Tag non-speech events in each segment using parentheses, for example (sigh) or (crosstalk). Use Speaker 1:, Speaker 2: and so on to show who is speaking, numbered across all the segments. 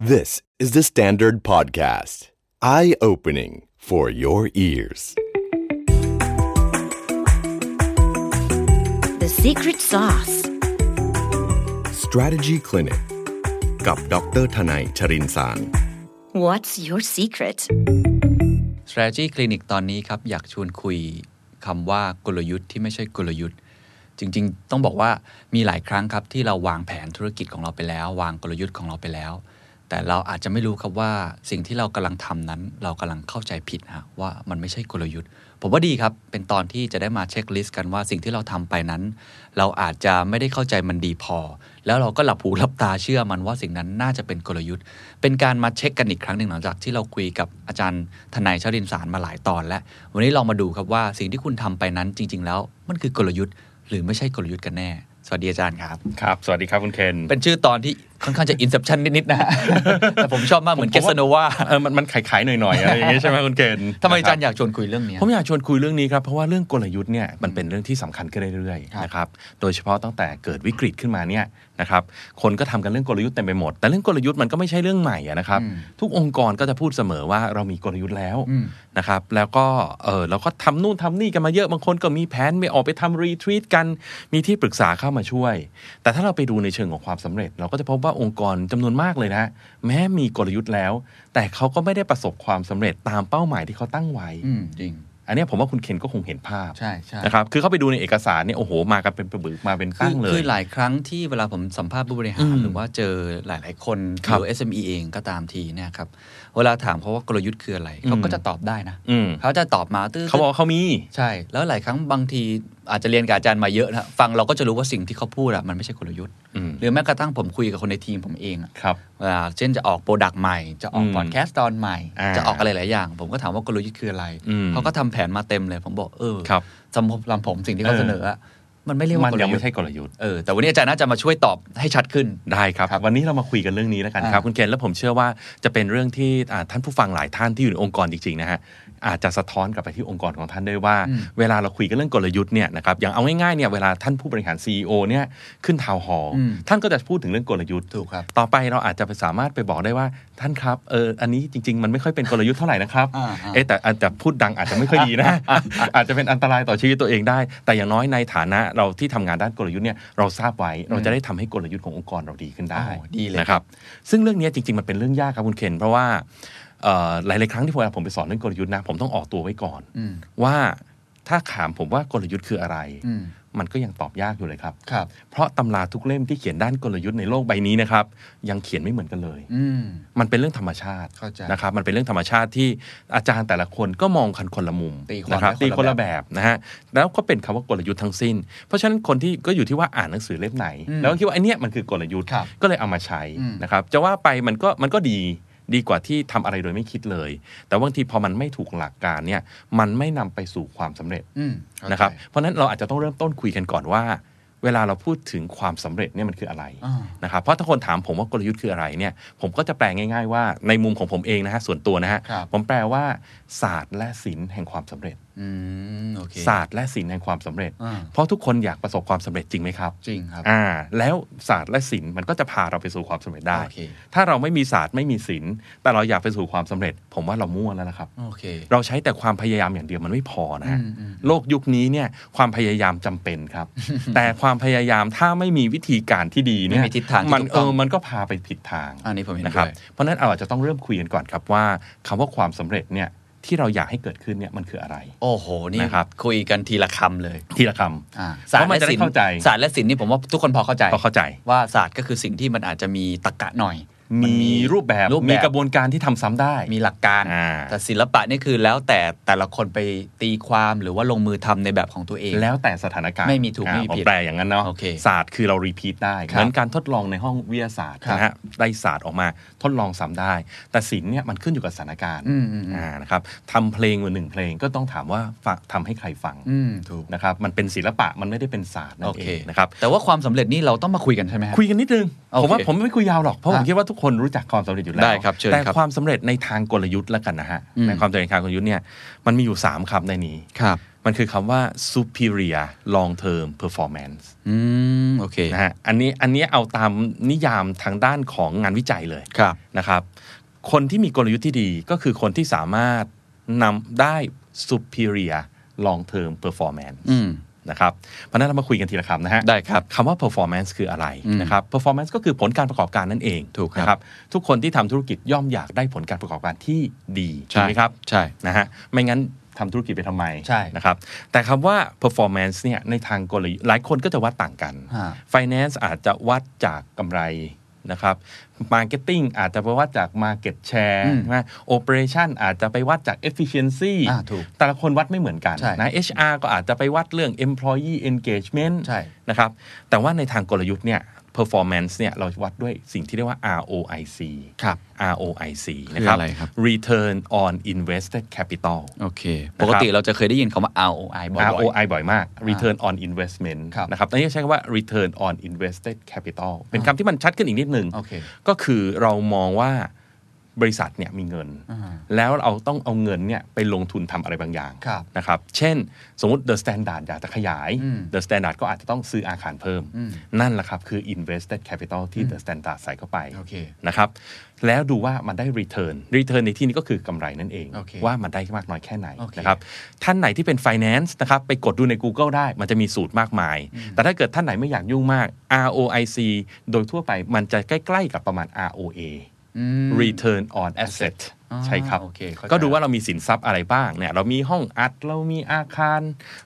Speaker 1: This is the Standard Podcast. Eye opening for your ears.
Speaker 2: The secret sauce.
Speaker 1: Strategy Clinic กับดรทนายชรินสาร
Speaker 2: What's your secret?
Speaker 3: strategy clinic ตอนนี้ครับ อยากชวนคุยคำว่ากลยุทธ์ที่ไม่ใช่กลยุทธ์ จริงๆ ต้องบอกว่ามีหลายครั้งครับ ที่เราวางแผนธุรกิจของเราไปแล้ว วางกลยุทธ์ของเราไปแล้ว แต่เราอาจจะไม่รู้ครับว่าสิ่งที่เรากำลังทำนั้น เรากำลังเข้าใจผิดฮะว่ามันไม่ใช่กลยุทธ์ ผมว่าดีครับ เป็นตอนที่จะได้มาเช็คลิสต์กันว่าสิ่งที่เราทำไปนั้น เราอาจจะไม่ได้เข้าใจมันดีพอ แล้วเราก็หลับหูหลับตาเชื่อมันว่าสิ่งนั้นน่าจะเป็นกลยุทธ์ เป็นการมาเช็คกันอีกครั้งหนึ่งหลังจากที่เราคุยกับอาจารย์ทนายชรินสารมาหลายตอนแล้ว วันนี้ลองมาดูครับว่าสิ่งที่คุณทำไปนั้นจริง ๆ แล้วมันคือกลยุทธ์ หรือไม่ใช่กลยุทธ์กันแน่ สวัสดีอาจารย์ครับ
Speaker 4: ครับ สวัสดีครับคุณเคน
Speaker 3: (laughs) เป็นชื่อตอนที่ค่อนข้างจะ inception นิดๆนะฮ (laughs) ะ แต่ผมชอบมากเหมือนเกสโนวา
Speaker 4: เออมันมันขายขายๆหน่อยๆอะไรอย่างเงี้ยใช่ไหมคุณเคน
Speaker 3: ทำไมอาจารย์
Speaker 4: นะค
Speaker 3: อยากชวนคุยเรื่องเนี้
Speaker 4: บ
Speaker 3: ย
Speaker 4: ผมอยากชวนคุยเรื่องนี้ครับ เพราะว่าเรื่องกลยุทธ์เนี่ยมันเป็นเรื่องที่สำคัญขึ้นเรื่อย
Speaker 3: ครับ
Speaker 4: ๆนะครับ โดยเฉพาะตั้งแต่เกิดวิกฤตขึ้นมาเนี่ยนะครับ คนก็ทำกันเรื่องกลยุทธ์เต็มไปหมด แต่เรื่องกลยุทธ์มันก็ไม่ใช่เรื่องใหม่อะนะครับ
Speaker 3: อืม
Speaker 4: ทุกองค์กรก็จะพูดเสมอว่าเรามีกลยุทธ์แล้ว
Speaker 3: อืม
Speaker 4: นะครับแล้วก็เออเราก็ทำนู่นทำนี่กันมาเยอะบางคนก็มีแผนไม่ออกไปทำรีทรีตกัน มีที่ปรึกษาเข้ามาช่วย แต่ถ้าเราไปดูในเชิงของความสำเร็จ เราก็จะพบว่าองค์กรจำนวนมากเลยนะ แม้มีกลยุทธ์แล้ว แต่เขาก็ไม่ได้ประสบความสำเร็จตามเป้าหมายที่เขาตั้งไว้
Speaker 3: อืม จริง
Speaker 4: อันเนี้ยผมว่าคุณเคนก็คงเห็นภาพ
Speaker 3: ใช่ใช่
Speaker 4: นะครับคือเขาไปดูในเอกสารเนี่ยโอ้โหมากันเป็นประบึกมาเป็น
Speaker 3: คื
Speaker 4: ตั้
Speaker 3: อง
Speaker 4: เล
Speaker 3: คื
Speaker 4: ย
Speaker 3: อหลายครั้งที่เวลาผมสัมภาษณ์ผู้บริหา
Speaker 4: อื
Speaker 3: ร
Speaker 4: ม
Speaker 3: หรือว่าเจอหลาย ๆ คนห
Speaker 4: ครับ
Speaker 3: รือ SME เองก็ตามทีเนี่ยครับ เวลาถามเขาว่ากลยุทธ์คืออะไรเขาก็จะตอบได้นะ
Speaker 4: อืม
Speaker 3: เขาจะตอบมาตื้อ
Speaker 4: เขาบอกว่าเขามี
Speaker 3: ใช่ แล้วหลายครั้งบางทีอาจจะเรียนกับอาจารย์มาเยอะนะฟังเราก็จะรู้ว่าสิ่งที่เขาพูดอะมันไม่ใช่กลยุทธ์
Speaker 4: อืม
Speaker 3: หรือแม้กระทั่งผมคุยกับคนในทีมผมเองอะ
Speaker 4: ครับ
Speaker 3: เวลาเช่นจะออกโปรดักต์ใหม่ จะออก
Speaker 4: อืม
Speaker 3: พอดแคสต์ตอนใหม่
Speaker 4: อ่า
Speaker 3: จะออกอะไรหลายอย่าง ผมก็ถามว่ากลยุทธ์คืออะไร
Speaker 4: อืม
Speaker 3: เขาก็ทำแผนมาเต็มเลย ผมบอก เออ
Speaker 4: ครับ
Speaker 3: สำหรับลำผมสิ่งที่เขา
Speaker 4: เออ
Speaker 3: เสนออะมันไม่เรียก
Speaker 4: มั
Speaker 3: ว่าน กล
Speaker 4: ยัง
Speaker 3: ยุท
Speaker 4: ไม่
Speaker 3: ธ์
Speaker 4: ใช่กลยุทธ์
Speaker 3: เออแต่วันนี้อาจารย์น่าจะมาช่วยตอบให้ชัดขึ้น
Speaker 4: ได้ครับ
Speaker 3: ครับ
Speaker 4: วันนี้เรามาคุยกันเรื่องนี้แล้วกันครับ
Speaker 3: อ่า
Speaker 4: คุณเคนแล้วผมเชื่อว่าจะเป็นเรื่องที่อ่าท่านผู้ฟังหลายท่านที่อยู่ในองค์กรจริงๆนะฮะอาจจะสะท้อนกลับไปที่องค์กรของท่านด้วยว่า
Speaker 3: อืม
Speaker 4: เวลาเราคุยกันเรื่องกลยุทธ์เนี่ยนะครับอย่างเอาง่ายๆเนี่ยเวลาท่านผู้บริหาร CEO เนี่ยขึ้นทาวน์ฮอลล์
Speaker 3: อืม
Speaker 4: ท่านก็จะพูดถึงเรื่องกลยุทธ์
Speaker 3: ถูกครับ
Speaker 4: ต่อไปเราอาจจะไปสามารถไปบอกได้ว่าท่านครับเอออันนี้จริง ๆ มันไม่ค่อยเป็นกลยุทธ์เท่าไหร่นะครับ
Speaker 3: อ่าๆ
Speaker 4: เอ๊ะแต่อาจจะพูดดังอาจจะไม่ค่อยดีนะ อาจจะเป็นอันตรายต่อชีวิตตัวเองได้ แต่อย่างน้อยในฐานะเราที่ทำงานด้านกลยุทธ์เนี่ยเราทราบไว้เราจะได้ทำให้กลยุทธ์ขององค์กรเราดีขึ้นได้
Speaker 3: โอ้ดีเลย
Speaker 4: นะครับซึ่งเรื่องเนี้ยจริง ๆ มันเป็นเรื่องยากครับคุณเคนเพราะว่าเอ่อหลายๆครั้งที่เวลาผมไปสอนเรื่องกลยุทธ์นะผมต้องออกตัวไว้ก่อน
Speaker 3: อืม
Speaker 4: ว่าถ้าถามผมว่ากลยุทธ์คืออะไร
Speaker 3: อืม
Speaker 4: มันก็ยังตอบยากอยู่เลยครับ
Speaker 3: ครับ
Speaker 4: เพราะตำราทุกเล่มที่เขียนด้านกลยุทธ์ในโลกใบนี้นะครับ ยังเขียนไม่เหมือนกันเลย
Speaker 3: อืม
Speaker 4: มันเป็นเรื่องธรรมชาติ
Speaker 3: เข้าใจ
Speaker 4: นะครับมันเป็นเรื่องธรรมชาติที่อาจารย์แต่ละคนก็มองคันคนละมุม
Speaker 3: ตีความ
Speaker 4: นะครับ
Speaker 3: ได้คนละ
Speaker 4: ตีคนละแบบนะฮะแล้วก็เป็นคำว่ากลยุทธ์ทั้งสิ้น เพราะฉะนั้นคนที่ก็อยู่ที่ว่าอ่านหนังสือเล่มไหน
Speaker 3: อืม
Speaker 4: แล้วก็คิดว่าไอเนี้ยมันคือกลยุทธ์
Speaker 3: ครับ
Speaker 4: ก็เลยเอามาใช้
Speaker 3: อืม
Speaker 4: นะครับจะว่าไปมันก็มันก็ดีดีกว่าที่ทำอะไรโดยไม่คิดเลย แต่บางทีพอมันไม่ถูกหลักการเนี่ยมันไม่นำไปสู่ความสำเร็จ
Speaker 3: อืมเข้าใจ
Speaker 4: นะครับเพราะฉะนั้นเราอาจจะต้องเริ่มต้นคุยกันก่อนว่า เวลาเราพูดถึงความสำเร็จเนี่ยมันคืออะไร
Speaker 3: อ่า
Speaker 4: นะครับเพราะถ้าคนถามผมว่ากลยุทธ์คืออะไรเนี่ยผมก็จะแปลง่าย ๆ ว่าในมุมของผมเองนะฮะส่วนตัวนะฮะ
Speaker 3: ครับ
Speaker 4: ผมแปลว่า ศาสตร์และศิลป์แห่งความสำเร็จ
Speaker 3: อืมโอเค
Speaker 4: ศาสตร์และศิลป์แห่งความสำเร็จ
Speaker 3: อ่า
Speaker 4: เพราะทุกคนอยากประสบความสำเร็จจริงไหมครับ
Speaker 3: จริงครับ
Speaker 4: อ่าแล้วศาสตร์และศิลป์มันก็จะพาเราไปสู่ความสำเร็จได้
Speaker 3: โอเค
Speaker 4: ถ้าเราไม่มีศาสตร์ไม่มีศิลป์แต่เราอยากไปสู่ความสำเร็จ ผมว่าเรามั่วแล้วนะครับ
Speaker 3: โอเค
Speaker 4: เราใช้แต่ความพยายามอย่างเดียวมันไม่พอนะ
Speaker 3: อื
Speaker 4: ฮะ
Speaker 3: มอืม
Speaker 4: โลกยุคนี้เนี่ยความพยายามจำเป็นครับ
Speaker 3: (laughs)
Speaker 4: แต่ความพยายามถ้าไม่มีวิธีการที่ดีเนี่ย
Speaker 3: ไม่มีทิศทางที่
Speaker 4: มัน
Speaker 3: ถูกต้
Speaker 4: เอ
Speaker 3: อง
Speaker 4: อมันก็พาไปผิดทาง
Speaker 3: อันนี้ผมเห็น
Speaker 4: นะค
Speaker 3: ด้
Speaker 4: รับ
Speaker 3: วย
Speaker 4: เพราะฉะนั้นเราอาจจะต้องเริ่มคุยกันก่อนครับว่าคำว่าความสำเร็จเนี่ยที่เราอยากให้เกิดขึ้นเนี่ยมันคืออะไร
Speaker 3: โอ้โหนี่
Speaker 4: นะครับ
Speaker 3: คุยกันทีละคำเลย
Speaker 4: ทีละค
Speaker 3: อ่า
Speaker 4: เพราะมันจะได้
Speaker 3: ศิลป์
Speaker 4: เข้าใจ
Speaker 3: ศาสตร์และศิลป์นี่ผมว่าทุกคนพอเข้าใจ
Speaker 4: ำพอเข้าใจ
Speaker 3: ว่าศาสตร์ก็คือสิ่งที่มันอาจจะมีตรรกะหน่อยน
Speaker 4: มีรูปแบบ
Speaker 3: รูป
Speaker 4: มี
Speaker 3: แบบ
Speaker 4: กระบวนการที่ทำซ้ำได้
Speaker 3: มีหลักการ
Speaker 4: อ่า
Speaker 3: แต่ศิลปะนี่คือแล้วแต่แต่ละคนไปตีความหรือว่าลงมือทำในแบบของตัวเอง
Speaker 4: แล้วแต่สถานการณ์
Speaker 3: ไม่มีถูก
Speaker 4: อ่า
Speaker 3: ไม่มี
Speaker 4: ผ
Speaker 3: ผิด
Speaker 4: แปลอย่างนั้นเนาะ
Speaker 3: โอเค
Speaker 4: ศาสตร์คือเรารีพีทได้
Speaker 3: ครับ
Speaker 4: เหมือนการทดลองในห้องวิทยาศาสตร์
Speaker 3: ครับ
Speaker 4: นะฮะได้ศาสตร์ออกมาทดลองซ้ำได้ แต่ศิลป์เนี่ยมันขึ้นอยู่กับสถานการณ์
Speaker 3: อืมอืมอืม
Speaker 4: อ่านะครับทำเพลงวันหนึ่งเพลงก็ต้องถามว่าฟังทำให้ใครฟัง
Speaker 3: อืมถูก
Speaker 4: นะครับมันเป็นศิลปะมันไม่ได้เป็นศาสตร์นั่
Speaker 3: โอน เค
Speaker 4: เองนะครับ
Speaker 3: แต่ว่าความสำเร็จนี่เราต้องมาคุยกันใช่ไหมฮะ
Speaker 4: คุยกันนิดนึง
Speaker 3: โอเค
Speaker 4: ผมว่าผมไม่คุยยาวหรอก เพราะผม
Speaker 3: อ่ะ
Speaker 4: คิดว่าทุก คนรู้จักความสำเร็จอยู่แล้ว
Speaker 3: ได้ครับเชิญ
Speaker 4: แต่
Speaker 3: ครับ
Speaker 4: ความสำเร็จในทางกลยุทธ์ละกันนะฮะ
Speaker 3: อืม
Speaker 4: ในความสำเร็จทางกลยุทธ์เนี่ยมันมีอยู่สามคำในนี้
Speaker 3: ครับ
Speaker 4: มันคือคำว่า superior long term performance
Speaker 3: อืม โอเค
Speaker 4: นะฮะอันนี้อันนี้เอาตามนิยามทางด้านของงานวิจัยเลย
Speaker 3: ครับ
Speaker 4: นะครับ คนที่มีกลยุทธ์ที่ดีก็คือคนที่สามารถนำได้ superior long term performance
Speaker 3: อืม
Speaker 4: นะครับเพราะฉะนั้นเรามาคุยกันทีละคำนะฮะ
Speaker 3: ได้ครับ
Speaker 4: คำว่า performance คืออะไร
Speaker 3: อืม
Speaker 4: นะครับ performance ก็คือผลการประกอบการนั่นเอง
Speaker 3: ถูกครับ
Speaker 4: นะทุกคนที่ทำธุรกิจย่อมอยากได้ผลการประกอบการที่ดีใช่ไหมครับ
Speaker 3: ใช่
Speaker 4: นะฮะไม่งั้นทำธุรกิจไปทำไม
Speaker 3: ใช่
Speaker 4: นะครับแต่คำว่า performance เนี่ยในทางกลยุทธ์หลายคนก็จะวัดต่างกัน
Speaker 3: ฮะ
Speaker 4: finance อาจจะวัดจากกำไรนะครับ marketing อาจจะไปวัดจาก market share
Speaker 3: อืม
Speaker 4: ใช่ไหม operation อาจจะไปวัดจาก efficiency
Speaker 3: อ่าถูก
Speaker 4: แต่ละคนวัดไม่เหมือนกัน
Speaker 3: ใช่
Speaker 4: นะ HR ก็อาจจะไปวัดเรื่อง employee engagement
Speaker 3: ใช่
Speaker 4: นะครับแต่ว่าในทางกลยุทธ์เนี่ย performance เนี่ยเราวัดด้วยสิ่งที่เรียกว่า ROIC
Speaker 3: ครับ
Speaker 4: ROIC นะ
Speaker 3: คือ
Speaker 4: ครับ
Speaker 3: อะไรครับ
Speaker 4: Return on Invested Capital
Speaker 3: โอเค
Speaker 4: นะครับ
Speaker 3: ปกติเราจะเคยได้ยินคำว่า ROI บ่อย
Speaker 4: ROI บ่อยมาก Return on Investment
Speaker 3: ครับ
Speaker 4: นะครับอันนี้ใช้คำว่า Return on Invested Capital เป็นคำที่มันชัดขึ้นอีกนิดนึง
Speaker 3: โอเค
Speaker 4: ก็คือเรามองว่าบริษัทเนี่ยมีเงิน แล้วเราต้องเอาเงินเนี่ยไปลงทุนทำอะไรบางอย่าง
Speaker 3: ครับ
Speaker 4: นะครับ เช่น สมมติ The Standard อยากจะขยาย
Speaker 3: อืม
Speaker 4: The Standard ก็อาจจะต้องซื้ออาคารเพิ่ม นั่นแหละครับคือ Invested Capital ที่ The Standard ใส่เข้าไป
Speaker 3: โอเค
Speaker 4: นะครับแล้วดูว่ามันได้ Return Return ในที่นี้ก็คือกำไรนั่นเอง
Speaker 3: โอเค
Speaker 4: ว่ามันได้มากน้อยแค่ไหน
Speaker 3: โอเค
Speaker 4: นะครับท่านไหนที่เป็น Finance นะครับไปกดดูใน Google ได้มันจะมีสูตรมากมาย แต่ถ้าเกิดท่านไหนไม่อยากยุ่งมาก ROIC โดยทั่วไปมันจะใกล้ๆกับประมาณ ROA Return on Asset
Speaker 3: อ่า
Speaker 4: ใช่ครับ
Speaker 3: โอเคเข้าใจ
Speaker 4: ก็ดูว่าเรามีสินทรัพย์อะไรบ้างเนี่ยเรามีห้องอัดเรามีอาคาร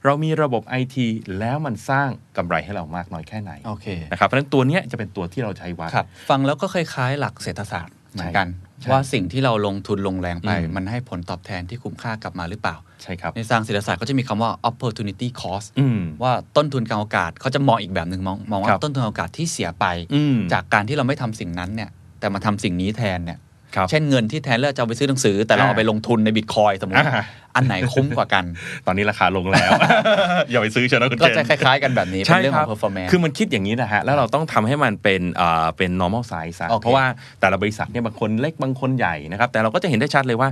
Speaker 4: เรามีระบบ IT แล้วมันสร้างกำไรให้เรามากน้อยแค่ไหน
Speaker 3: โอเค
Speaker 4: นะครับเพราะฉะนั้นตัวเนี้ยจะเป็นตัวที่เราใช้วัด
Speaker 3: ครับ ฟังแล้วก็คล้ายๆหลักเศรษฐศาสตร์เหมือนกัน
Speaker 4: ใช่
Speaker 3: ว่าสิ่งที่เราลงทุนลงแรงไป
Speaker 4: อืม
Speaker 3: มันให้ผลตอบแทนที่คุ้มค่ากลับมาหรือเปล่า
Speaker 4: ใช่ครับ
Speaker 3: ในทางเศรษฐศาสตร์ก็จะมีคำว่า opportunity cost
Speaker 4: อืม
Speaker 3: ว่าต้นทุนการโอกาสเขาจะมองอีกแบบหนึ่งมองมองว่า
Speaker 4: ครับ
Speaker 3: ต้นทุนการโอกาสที่เสียไป
Speaker 4: อืม
Speaker 3: จากการที่เราไม่ทำสิ่งนั้นเนี่ยแต่มาทำสิ่งนี้แทนเนี่ย
Speaker 4: ครับ
Speaker 3: เช่นเงินที่แทนเลือกจะเอาไปซื้อหนังสือ แต่เรา
Speaker 4: อ่า
Speaker 3: เอาไปลงทุนในบิตคอยสมมติ
Speaker 4: อ่า
Speaker 3: อันไหนคุ้มกว่า
Speaker 4: (laughs)
Speaker 3: กัน
Speaker 4: ตอนนี้ราคาลง
Speaker 3: (laughs)
Speaker 4: แล้ว อย่าไปซื้อเชยวนะคุณ
Speaker 3: ก็
Speaker 4: เจน
Speaker 3: จะคล้ายๆกันแบบนี้ เป็นเรื่องของ performance
Speaker 4: คือมันคิดอย่างนี้นะฮะ แล้วเราต้องทำให้มันเป็นเอ่อเป็น normal size อะ
Speaker 3: โอเค
Speaker 4: เพราะว่าแต่ละบริษัทเนี่ยบางคนเล็กบางคนใหญ่นะครับ แต่เราก็จะเห็นได้ชัดเลยว่า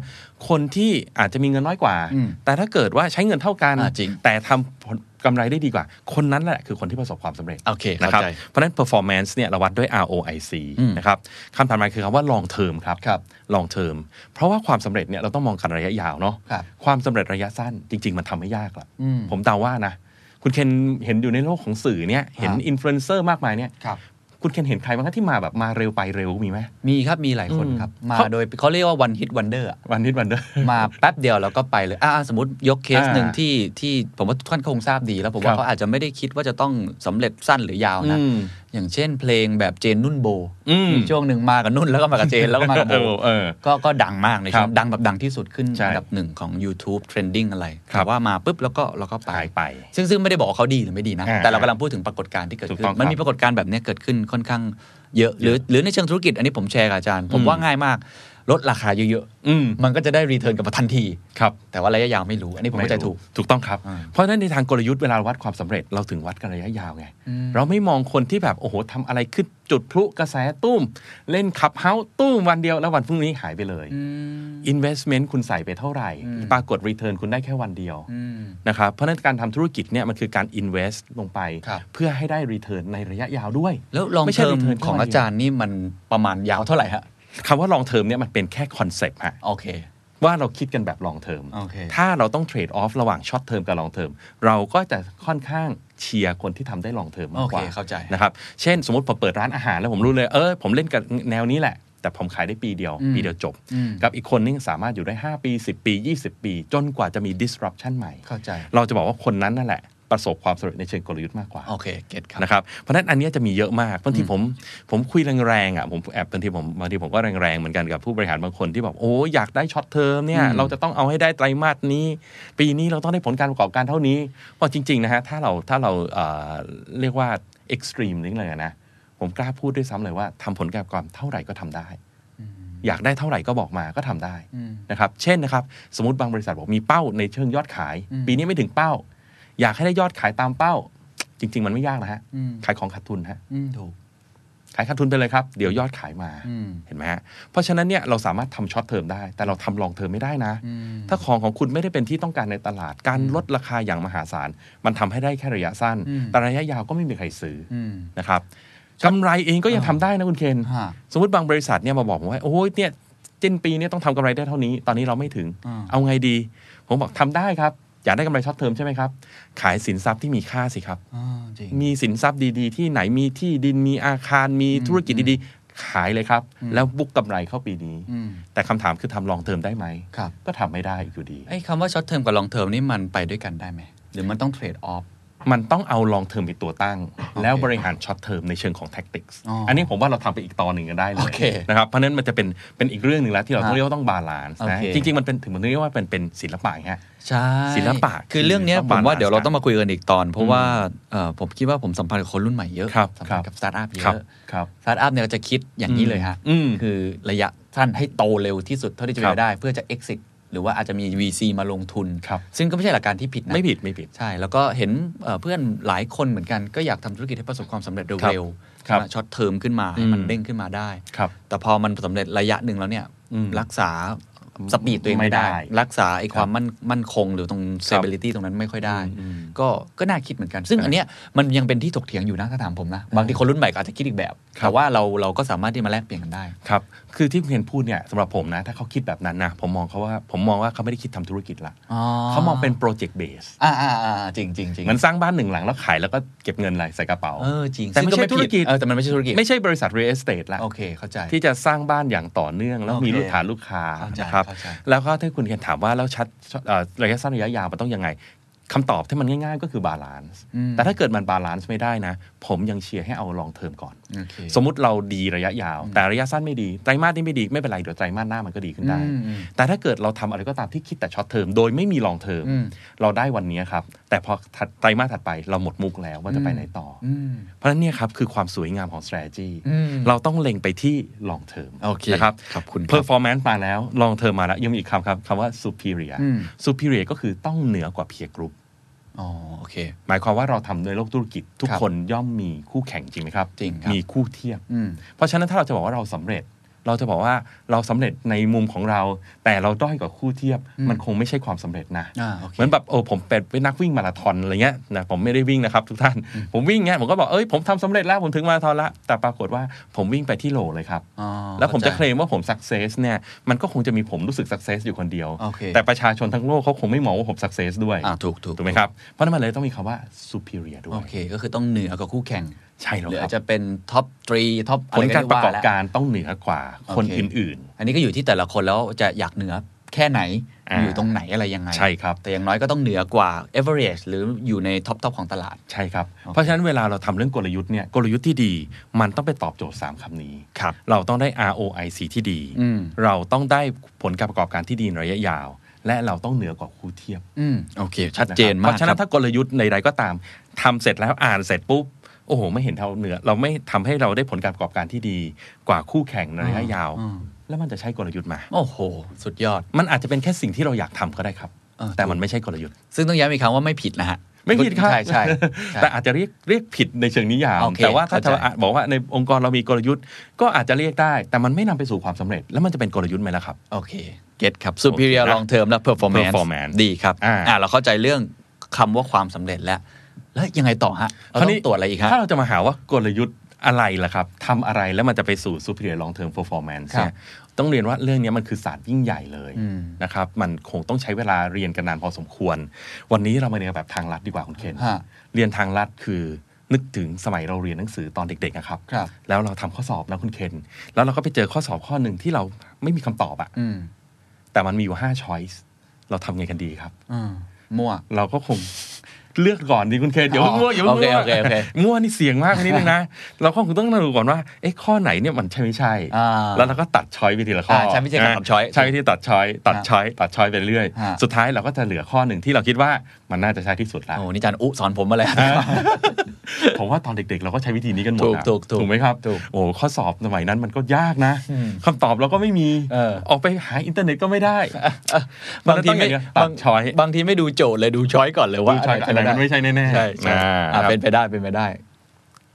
Speaker 4: คนที่อาจจะมีเงินน้อยกว่า
Speaker 3: อืม
Speaker 4: แต่ถ้าเกิดว่าใช้เงินเท่ากัน
Speaker 3: อ่าจริง
Speaker 4: แต่ทำผลกำไรได้ดีกว่า คนนั้นแหละคือคนที่ประสบความสำเร็จ
Speaker 3: โอเค
Speaker 4: นะ
Speaker 3: เข้า
Speaker 4: ครับ
Speaker 3: ใจ
Speaker 4: เพราะฉะนั้น performance เนี่ยเราวัดด้วย ROIC
Speaker 3: อืม
Speaker 4: นะครับคำถัดมาคือคำว่า long term ครับ
Speaker 3: ครับ
Speaker 4: long term เพราะว่าความสำเร็จเนี่ยเราต้องมองกันระยะยาวเนาะ
Speaker 3: ครับ
Speaker 4: ความสำเร็จระยะสั้นจริง ๆ มันทำไม่ยากหรอก
Speaker 3: อืม
Speaker 4: ผมเดาว่านะ คุณเคนเห็นอยู่ในโลกของสื่อเนี่ยเห็น
Speaker 3: ฮะ
Speaker 4: อินฟลูเอนเซอร์มากมายเนี่ย
Speaker 3: ครับ
Speaker 4: คุณเคนเห็นใครบ้างคะที่มาแบบมาเร็วไปเร็วมีไหม
Speaker 3: มีครับมีหลายคนครับ
Speaker 4: อืม
Speaker 3: มา
Speaker 4: เขา
Speaker 3: โดยเขาเรียกว่า one hit wonder อะ
Speaker 4: วันนิดวันเดอร์
Speaker 3: มาแป๊บเดียวแล้วก็ไปเลยอ่าสมมติยกเคส
Speaker 4: อ่า
Speaker 3: หนึ่งที่ที่ผมว่าทุกท่านก็คงทราบดี แล้วผม
Speaker 4: ครั
Speaker 3: ว่า
Speaker 4: บ
Speaker 3: เขาอาจจะไม่ได้คิดว่าจะต้องสำเร็จสั้นหรือยาวนะ
Speaker 4: อืม
Speaker 3: อย่างเช่นเพลงแบบเจนนุ่นโบ
Speaker 4: อืม
Speaker 3: มีช่วงหนึ่งมากับนุ่นแล้วก็มากับเจน แล้วก็มากับ
Speaker 4: เอ
Speaker 3: โบ
Speaker 4: อเออ
Speaker 3: ก็ก็ดังมากในช่ว
Speaker 4: ครั
Speaker 3: ง
Speaker 4: บ
Speaker 3: ดังแบบดังที่สุดขึ้น
Speaker 4: ใช่
Speaker 3: อันดับหนึ่งของ YouTube Trending อะไร
Speaker 4: ครับ
Speaker 3: แต่ว่ามาปุ๊บแล้วก็แล้วก็ไป
Speaker 4: หายไป
Speaker 3: ซึ่งซึ่งไม่ได้บอกว่าเขาดีหรือไม่ดีนะ
Speaker 4: อ่า
Speaker 3: แต่เรากำลังพูดถึงปรากฏการณ์ที่เกิด
Speaker 4: ถูก
Speaker 3: ขึ้น
Speaker 4: ต้องครับ
Speaker 3: มันมีปรากฏการณ์แบบเนี้ยเกิดขึ้นค่อนข้างเยอะหรือหรือในเชิงธุรกิจอันนี้ผมแชร์กับอาจารย์ ผม
Speaker 4: อืม
Speaker 3: ว่าง่ายมากลดราคาเยอะ
Speaker 4: อืม
Speaker 3: ๆมันก็จะได้รีเทิร์นกลับมาทันที
Speaker 4: ครับ
Speaker 3: แต่ว่าระยะยาวไม่รู้ อันนี้ผมเข้าใจถูก
Speaker 4: ถูกต้องครับ
Speaker 3: อ่า
Speaker 4: เพราะฉะนั้นในทางกลยุทธ์เวลาวัดความสำเร็จเราถึงวัดกันระยะยาวไง
Speaker 3: อืม
Speaker 4: เราไม่มองคนที่แบบ โอ้โหทำอะไรขึ้นจุดพลุกระแสตุ้ม เล่นขับเฮาส์ตุ้มวันเดียวแล้ววันพรุ่งนี้หายไปเลย Investment คุณใส่ไปเท่าไหร่ ปรากฏ Return คุณได้แค่วันเดียวนะครับเพราะฉะนั้นการทำธุรกิจเนี่ยมันคือการ Invest ลงไป
Speaker 3: ครับ
Speaker 4: เพื่อให้ได้ Return ในระยะยาวด้วย
Speaker 3: แล้วลอง
Speaker 4: ไม่
Speaker 3: เท
Speaker 4: ใช่
Speaker 3: อม
Speaker 4: return
Speaker 3: ของ
Speaker 4: แค่วั
Speaker 3: อา
Speaker 4: นเดียว
Speaker 3: จารย์นี่มันประมาณยาวเท่าไหร่ฮะ
Speaker 4: คำว่า long term เนี่ยมันเป็นแค่คอนเซปต์ฮะ
Speaker 3: โอเค
Speaker 4: ว่าเราคิดกันแบบ long term
Speaker 3: โอเค
Speaker 4: ถ้าเราต้องเทรดออฟระหว่างช็อตเทอมกับลองเทอมเราก็จะค่อนข้างเชียร์คนที่ทำได้ลองเทอมมากกว่า
Speaker 3: โอเคเข้าใจ
Speaker 4: นะครับเช่น สมมติผมเปิดร้านอาหารแล้วผมรู้เลยเออผมเล่นกับแนวนี้แหละ แต่ผมขายได้ปีเดียว
Speaker 3: อืม
Speaker 4: ปีเดียวจบ
Speaker 3: อืม
Speaker 4: กับอีกคนนึงสามารถอยู่ได้ 5 ปี 10 ปี 20 ปี จนกว่าจะมี disruption ใหม่
Speaker 3: เข้าใจ
Speaker 4: เราจะบอกว่าคนนั้นนั่นแหละ ประสบความสำเร็จในเชิงกลยุทธ์มากกว่า
Speaker 3: โอเคเก็ตครับ
Speaker 4: นะครับเพราะฉะนั้นอันเนี้ยจะมีเยอะมากบางทีผมผมคุยแรงๆอ่ะผมแอบบางทีผมบางทีผมก็แรงๆเหมือนกันกับผู้บริหารบางคนที่แบบโอ้อยากได้ช็อตเทอมเนี่ย
Speaker 3: อืม
Speaker 4: เราจะต้องเอาให้ได้ไตรมาสนี้ ปีนี้เราต้องได้ผลการประกอบการเท่านี้ว่าะจริงๆนะฮะถ้าเราถ้าเราเอ่อเรียกว่าเอ็กซ์ตรีมนิดเลยอะนะผมกล้าพูดด้วยซ้ำเลยว่าทำผลการประกอบการเท่าไหร่ก็ทำได้ อยากได้เท่าไหร่ก็บอกมาก็ทำได้
Speaker 3: อืม
Speaker 4: นะครับเช่นนะครับสมมติบางบริษัทบอกมีเป้าในเชิงยอดขาย
Speaker 3: อืม
Speaker 4: ปีนี้ไม่ถึงเป้า อยากให้ได้ยอดขายตามเป้า จริง ๆ มันไม่ยากนะฮะ
Speaker 3: อืม
Speaker 4: ขายของขาดทุนฮะ
Speaker 3: อืมถูก
Speaker 4: ขายขาดทุนไปเลยครับ เดี๋ยวยอดขายมา
Speaker 3: อืม
Speaker 4: เห็นไหมฮะเพราะฉะนั้นเนี่ยเราสามารถทำช็อตเทอมได้ แต่เราทำลองเทอมไม่ได้นะ ถ้าของของคุณไม่ได้เป็นที่ต้องการในตลาด การลดราคาอย่างมหาศาล มันทำให้ได้แค่ระยะสั้น
Speaker 3: อืม
Speaker 4: แต่ระยะยาวก็ไม่มีใครซื้ออ
Speaker 3: อืม
Speaker 4: นะครับกำไรเองก็ยังทำได้นะคุณเคน
Speaker 3: ฮะ
Speaker 4: สมมติบางบริษัทเนี่ยมาบอกผมว่าโอ้ยเนี่ยจิ้นปีเนี่ยต้องทำกำไรได้เท่านี้ ตอนนี้เราไม่ถึง
Speaker 3: อ่า
Speaker 4: เอาไงดี ผมบอกทำได้ครับ อยากได้กำไรช็อตเทอมใช่ไหมครับ ขายสินทรัพย์ที่มีค่าสิครับ
Speaker 3: อ่าจริง
Speaker 4: มีสินทรัพย์ดีๆ ที่ไหนมีที่ดินมีอาคารมีธุรกิจดีๆ ขายเลยครับ แล้วบุกกำไรเข้าปีนี้
Speaker 3: อืม
Speaker 4: แต่คำถามคือทำลองเทอมได้ไหม
Speaker 3: ครับ
Speaker 4: ก็ทำไม่ได้อยู่ดี
Speaker 3: ไอ้คำว่าช็อตเทอมกับลองเทอมนี่มันไปด้วยกันได้ไหม หรือมันต้องเทรดออฟ
Speaker 4: มันต้องเอาลองเทอมเป็นตัวตั้ง แล้วบริหารช็อตเทอมในเชิงของแท็กติกส์
Speaker 3: อ๋ออั
Speaker 4: อันนี้ผมว่าเราทำไปอีกตอนหนึ่งกันได้เล
Speaker 3: โอย เค
Speaker 4: นะครับเพราะฉะนั้นมันจะเป็นเป็นอีกเรื่องหนึ่งแล้วที่เราต้อง
Speaker 3: ฮะ
Speaker 4: เรียกว่าต้องบาลานซ์นะ
Speaker 3: โอเค
Speaker 4: จริงๆมันเป็นถึงมันเรียกว่าเป็นเป็นศิลปะฮะ
Speaker 3: ใช่
Speaker 4: ศิลปะ
Speaker 3: คือเรื่องเนี้ย
Speaker 4: คือ
Speaker 3: ผมว่า
Speaker 4: ต้องบาลานซ์
Speaker 3: เดี๋ยวเราต้องมาคุยกันอีกตอน เพ
Speaker 4: อื
Speaker 3: ราะ
Speaker 4: ม
Speaker 3: ว่าเอ่อผมคิดว่าผมสัมพันธ์กับคนรุ่นใหม่เยอะ
Speaker 4: ครับ
Speaker 3: สัมพัน
Speaker 4: ครั
Speaker 3: ธ์
Speaker 4: บ
Speaker 3: กับสตาร์ทอัพเย
Speaker 4: ครับ
Speaker 3: อะ
Speaker 4: ครับ
Speaker 3: สตาร์ทอัพเนี่ยเราจะคิดอย่างนี้เลยฮะ
Speaker 4: อืม
Speaker 3: คือระยะสั้นให้โตเร็วที่สุดเท่าที่จะเป็
Speaker 4: ครั
Speaker 3: น
Speaker 4: บ
Speaker 3: ได้ เพื่อจะ exit หรือว่าอาจจะมี VC มาลงทุน
Speaker 4: ครับ
Speaker 3: ซึ่งก็ไม่ใช่หลักการที่ผิดนะ
Speaker 4: ไม่ผิดไม่ผิด
Speaker 3: ใช่ แล้วก็เห็นเอ่อเพื่อนหลายคนเหมือนกันก็อยากทำธุรกิจให้ประสบความสำเร็จ
Speaker 4: ครับ
Speaker 3: เร็ว
Speaker 4: ครับ
Speaker 3: ๆช็อตเทอมขึ้นมา ให้มัน
Speaker 4: อืม
Speaker 3: เด้งขึ้นมาได้
Speaker 4: ครับ
Speaker 3: แต่พอมันสำเร็จระยะหนึ่งแล้วเนี่ย
Speaker 4: อืม
Speaker 3: รักษาสปีดตัวเองไม่ได้
Speaker 4: ไม่ได้
Speaker 3: รักษาไอ้ความมั่นมั่นคงหรือตรง stability ตรงนั้นไม่ค่อยได้
Speaker 4: อืมอืม
Speaker 3: ก็ก็น่าคิดเหมือนกัน ซึ่งอันเนี้ยมันยังเป็นที่ถกเถียงอยู่นะถ้าถามผมนะ บางทีคนรุ่นใหม่ก็อาจจะคิดอีกแบบ
Speaker 4: ครับ
Speaker 3: แต่ว่าเราเราก็สามารถที่มาแลกเปลี่ยนกันได้
Speaker 4: ครับ คือที่คุณเห็นพูดเนี่ยสำหรับผมนะ ถ้าเขาคิดแบบนั้นนะผมมองเขาว่าผมมองว่าเขาไม่ได้คิดทำธุรกิจละ
Speaker 3: อ๋อ
Speaker 4: เขามองเป็นโปรเจกต์เบส
Speaker 3: อ่าอ่าอ่าจริงจริงจริง
Speaker 4: เหมือนสร้างบ้านหนึ่งหลังแล้วขายแล้วก็เก็บเงินอะไรใส่กระเป๋า
Speaker 3: เออจริง
Speaker 4: แต่ไม่ใช่
Speaker 3: ซึ่ง
Speaker 4: ธุรกิ
Speaker 3: ผิ
Speaker 4: จ
Speaker 3: ดเออแต่มันไม่ใช่ธุรกิจ
Speaker 4: ไม่ใช่บริษัท real estate ละ
Speaker 3: โอเคเข้าใจ
Speaker 4: ที่จะสร้างบ้านอย่างต่อเนื่อง แล้ว
Speaker 3: โอเค
Speaker 4: มีลูกฐานลูกค้า
Speaker 3: เข้าใจ
Speaker 4: นะครับ
Speaker 3: เข้าใจ
Speaker 4: แล้วก็ถ้าคุณเคนถามว่าแล้วชัดเอ่อระยะสั้นระยะยาวมันต้องยังไงคำตอบที่มันง่ายๆ ก็คือบาลานซ์
Speaker 3: อืม
Speaker 4: แต่ถ้าเกิดมันบาลานซ์ไม่ได้นะ ผมยังเชียร์ให้เอาลองเทอมก่อน
Speaker 3: โอเค
Speaker 4: สมมติเราดีระยะยาว แต่ระยะสั้นไม่ดีไตรมาสนี้ไม่ดีไม่เป็นไร เดี๋ยวไตรมาสหน้ามันก็ดีขึ้นได้
Speaker 3: อืมอืม
Speaker 4: แต่ถ้าเกิดเราทำอะไรก็ตามที่คิดแต่ช็อตเทอมโดยไม่มีลองเทอม
Speaker 3: อืม
Speaker 4: เราได้วันนี้ครับแต่พอถัดไตรมาสถัดไปเราหมดมุกแล้วว่าจะไปไหนต่ออ
Speaker 3: อืม
Speaker 4: เพราะฉะนั้นเนี่ยครับคือความสวยงามของ strategy
Speaker 3: อืม
Speaker 4: เราต้องเล็งไปที่ long term
Speaker 3: โอเค
Speaker 4: นะครับ
Speaker 3: ขอบคุณครับ
Speaker 4: performance มาแล้ว long term มาแล้ว ยังมีอีกคำครับคำว่า superior
Speaker 3: อืม
Speaker 4: superior ก็คือต้องเหนือกว่า peer group
Speaker 3: อ๋อโอเค
Speaker 4: หมายความว่าเราทำในโลกธุรกิจ ทุก
Speaker 3: ครับ
Speaker 4: คนย่อมมีคู่แข่งจริงไหมครับ
Speaker 3: จริงครับ
Speaker 4: มีคู่เทียบ
Speaker 3: อืม
Speaker 4: เพราะฉะนั้นถ้าเราจะบอกว่าเราสำเร็จ เราจะบอกว่าเราสำเร็จในมุมของเรา แต่เราด้อยกว่าคู่เทียบ มันคงไม่ใช่ความสำเร็จนะ
Speaker 3: อ่าโอเค
Speaker 4: เหมือนแบบโอ้ผมเป็นนักวิ่งมาราธอนอะไรเงี้ยนะผมไม่ได้วิ่งนะครับทุกท่าน ผมวิ่งเงี้ยผมก็บอกเอ้ยผมทำสำเร็จแล้วผมถึงมาราธอนละแต่ปรากฏว่าผมวิ่งไปที่โหลเลยครับ
Speaker 3: อ๋อ
Speaker 4: แล้วผมจะเคล
Speaker 3: ข้าใจ
Speaker 4: มว่าผมสักเซสเนี่ยมันก็คงจะมีผมรู้สึกสักเซสอยู่คนเดียว
Speaker 3: โอเค
Speaker 4: แต่ประชาชนทั้งโลกเขาคงไม่มองว่าผมสักเซสด้วย
Speaker 3: อ่าถูกถูก
Speaker 4: ถูกไหมครับ เพราะนั่นมันเลยต้องมีคำว่า superior ด้ว
Speaker 3: โอย เค ก็คือต้องเหนือกว่าคู่แข่ง
Speaker 4: ใช่
Speaker 3: ห
Speaker 4: แล้ว
Speaker 3: รือ
Speaker 4: ค
Speaker 3: อา
Speaker 4: รั
Speaker 3: จ
Speaker 4: บ
Speaker 3: จะเป็นท็อปทรีท็อป
Speaker 4: ผลการประกอบ
Speaker 3: แล้ว
Speaker 4: การต้องเหนือกว่าคน
Speaker 3: โอเค
Speaker 4: อื่น
Speaker 3: อันนี้ก็อยู่ที่แต่ละคนแล้วจะอยากเหนือแค่ไหน
Speaker 4: อ่า
Speaker 3: อยู่ตรงไหนอะไรยังไง
Speaker 4: ใช่ครับ
Speaker 3: แต่อย่างน้อยก็ต้องเหนือกว่า average หรืออยู่ในท็อปทอปของตลาด
Speaker 4: ๆ ใช่ครับ เพราะฉะนั้นเวลาเราทำเรื่องกลยุทธ์เนี่ยกลยุทธ์ที่ดี มันต้องไปตอบโจทย์ 3คำนี้
Speaker 3: ครับ
Speaker 4: เราต้องได้ ROIC ที่ดี
Speaker 3: อืม
Speaker 4: เราต้องได้ผลการประกอบการที่ดีในระยะยาว และเราต้องเหนือกว่าคู่เทียบ
Speaker 3: อืมโอเค ชัดเจนมาก
Speaker 4: เพราะฉะ
Speaker 3: ค
Speaker 4: นั้น
Speaker 3: รับ
Speaker 4: ถ้ากลยุทธ์ใดๆก็ตามทำเสร็จแล้วอ่านเสร็จปุ๊บ โอ้โห ไม่เห็นเท่าเหนือ เราไม่ทำให้เราได้ผลการประกอบการที่ดีกว่าคู่แข่งในระยะยาว
Speaker 3: อืม
Speaker 4: แล้วมันจะใช้กลยุทธ์มา
Speaker 3: โอ้โห สุดยอด
Speaker 4: มันอาจจะเป็นแค่สิ่งที่เราอยากทำก็ได้ครับ
Speaker 3: เออ
Speaker 4: แต่มันไม่ใช่กลยุทธ์
Speaker 3: ซึ่งต้องย้ำอีกครั้งว่าไม่ผิดนะฮะ
Speaker 4: ไม่ผิดครับ
Speaker 3: ใช่ใช่
Speaker 4: แต่อาจจะเรียกเรียกผิดในเชิงนิยาม
Speaker 3: โอเค
Speaker 4: แต่ว่าถ้าจะ
Speaker 3: เข้าใจ
Speaker 4: บอกว่าในองค์กรเรามีกลยุทธ์ ก็อาจจะเรียกได้ แต่มันไม่นำไปสู่ความสำเร็จ แล้วมันจะเป็นกลยุทธ์ไหมล่ะครับ
Speaker 3: โอเค เก็ตครับ superior
Speaker 4: โอเคนะ
Speaker 3: long term และ performance
Speaker 4: performance
Speaker 3: ดีครับ
Speaker 4: อ่า
Speaker 3: อ่า เราเข้าใจเรื่องคำว่าความสำเร็จแล้ว แล้วยังไงต่อฮะ เราต้องตรวจอะไรอีกฮะ
Speaker 4: ถ้าเราจะมาหาว่ากลยุทธ์อะไรล่ะครับทำอะไรแล้วมันจะไปสู่ superior long term performance
Speaker 3: ครับ
Speaker 4: เนี่ยต้องเรียนว่าเรื่องนี้มันคือศาสตร์ยิ่งใหญ่เลย
Speaker 3: อืม
Speaker 4: นะครับ มันคงต้องใช้เวลาเรียนกันนานพอสมควร วันนี้เรามาเรียนแบบทางลัดดีกว่าคุณเคน
Speaker 3: ฮะ
Speaker 4: เรียนทางลัดคือนึกถึงสมัยเราเรียนหนังสือตอนเด็กๆนะครับ
Speaker 3: ครับ
Speaker 4: แล้วเราทำข้อสอบนะคุณเคน แล้วเราก็ไปเจอข้อสอบข้อหนึ่งที่เราไม่มีคำตอบอะ
Speaker 3: อืม
Speaker 4: แต่มันมีอยู่5 choice เราทำไงกันดีครับ
Speaker 3: อืมมั่ว
Speaker 4: เราก็คงเลือกก่อนดีคุณเคนเดี๋ยวมั่วอย่าเพิ่งมั่ว
Speaker 3: โอเคโอเคโอเค
Speaker 4: มั่วนี่เสี่ยงมากนิดนึงนะ เราก็คงต้องดูก่อนว่าเอ๊ะข้อไหนเนี่ยมันใช่ไม่ใช่
Speaker 3: อ่า
Speaker 4: แล้วเราก็ตัดช้อยไปทีละข้ออา
Speaker 3: ใช้วิธีการตัด choice
Speaker 4: ใช่วิธีตัดช้อยตัดช้อยตัดช้อยไปเรื่อย
Speaker 3: ฮะ
Speaker 4: สุดท้ายเราก็จะเหลือข้อหนึ่งที่เราคิดว่ามันน่าจะใช่ที่สุดละ
Speaker 3: โอ้นี่อาจารย์อุสอนผมมาแล้ว
Speaker 4: ผมว่าตอนเด็กๆ เราก็ใช้วิธีนี้กันหมดอะ
Speaker 3: ถูกถูกถูก
Speaker 4: ถูกไหมครับ
Speaker 3: ถูก
Speaker 4: โอ้ข้อสอบสมัยนั้นมันก็ยากนะคำตอบเราก็ไม่มี
Speaker 3: เออ
Speaker 4: ออกไปหาอินเทอร์เน็ตก็ไม่ได้
Speaker 3: (laughs) บางทีไม่
Speaker 4: มันต้องอย่างเงี้ยตัดช้อย
Speaker 3: บางทีไม่ดูโจทย์เลยดูช้อยก่อนเลยว่า
Speaker 4: ดูชอยอะไรมันไม่ใช่แน่ๆ
Speaker 3: ใช่ใช่
Speaker 4: อ่า
Speaker 3: อ่า
Speaker 4: ครับ
Speaker 3: เป็นไปได้เป็นไปได้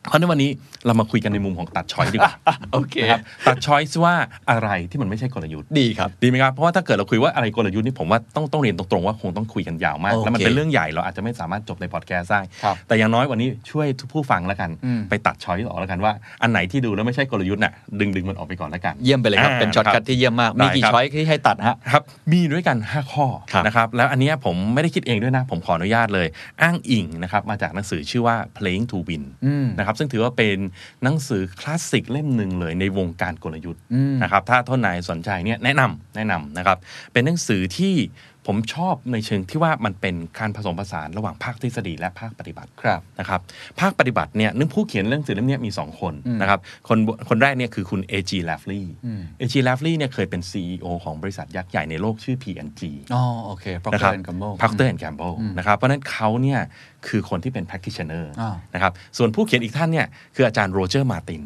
Speaker 4: เพราะในวันนี้เรามาคุยกันในมุมของตัดช้อยดีกว่า
Speaker 3: โอเค
Speaker 4: นะครับตัดช้อยส์ว่าอะไรที่มันไม่ใช่กลยุทธ์
Speaker 3: ดีครับ
Speaker 4: ดีไหมครับ เพราะว่าถ้าเกิดเราคุยว่าอะไรกลยุทธ์นี่ผมว่าต้องต้องเรียนตรงๆว่าคงต้องคุยกันยาวมาก
Speaker 3: โอเค
Speaker 4: แล้วมันเป็นเรื่องใหญ่เราอาจจะไม่สามารถจบในพอดแคสต์ได้
Speaker 3: ครับ
Speaker 4: แต่อย่างน้อยวันนี้ช่วยทุกผู้ฟังแล้วกัน
Speaker 3: อืม
Speaker 4: ไปตัดช้อยส์ออกแล้วกันว่าอันไหนที่ดูแล้วไม่ใช่กลยุทธ์น่ะดึงดึงมันออกไปก่อนแล้วกัน
Speaker 3: เยี่ยมไปเลยครับ
Speaker 4: า
Speaker 3: เป็นช็อตคัทที่เยี่ยมมาก มีกี่
Speaker 4: ได้รับ
Speaker 3: ช้อยที่ให้ตัดฮะ
Speaker 4: ครับมีด้วยกัน 5 ข้อ
Speaker 3: ครับ
Speaker 4: นะครับแล้วอันเนี้ยผมไม่ได้คิดเองด้วยนะ ผมขออนุญาตเลย อ้างอิงนะครับมาจากหนังสือชื่อว่า playing to win
Speaker 3: อืม
Speaker 4: นะครับซึ่งถือว่าเป็นหนังสือคลาสสิกเล่มหนึ่งเลยในวงการกลยุทธ์
Speaker 3: อืม
Speaker 4: นะครับถ้าท่านไหนสนใจเนี่ยแนะนำแนะนำนะครับเป็นหนังสือที่ผมชอบในเชิงที่ว่ามันเป็นการผสมผสานระหว่างภาคทฤษฎีและภาคปฏิบัติ
Speaker 3: ครับ
Speaker 4: นะครับภาคปฏิบัติเนี่ยนึกผู้เขียนเรื่องสื่อเล่มเนี้ยมี 2 คนนะครับคนคนแรกเนี่ยคือคุณ A.G. l a f l e y A.G. l a f l e y เนี่ยเคยเป็น CEO ของบริษัทยักษ์ใหญ่ในโลกชื่อ P&G
Speaker 3: อ๋อโอเค p r o c
Speaker 4: นะค
Speaker 3: t
Speaker 4: รั
Speaker 3: e r Gamble
Speaker 4: Procter and Gamble นะครับเพราะฉะนั้นเขาเนี่ยคือคนที่เป็น practitioner
Speaker 3: อ่า
Speaker 4: นะครับส่วนผู้เขียนอีกท่านเนี่ยคืออาจารย์โรเจอร์มาติน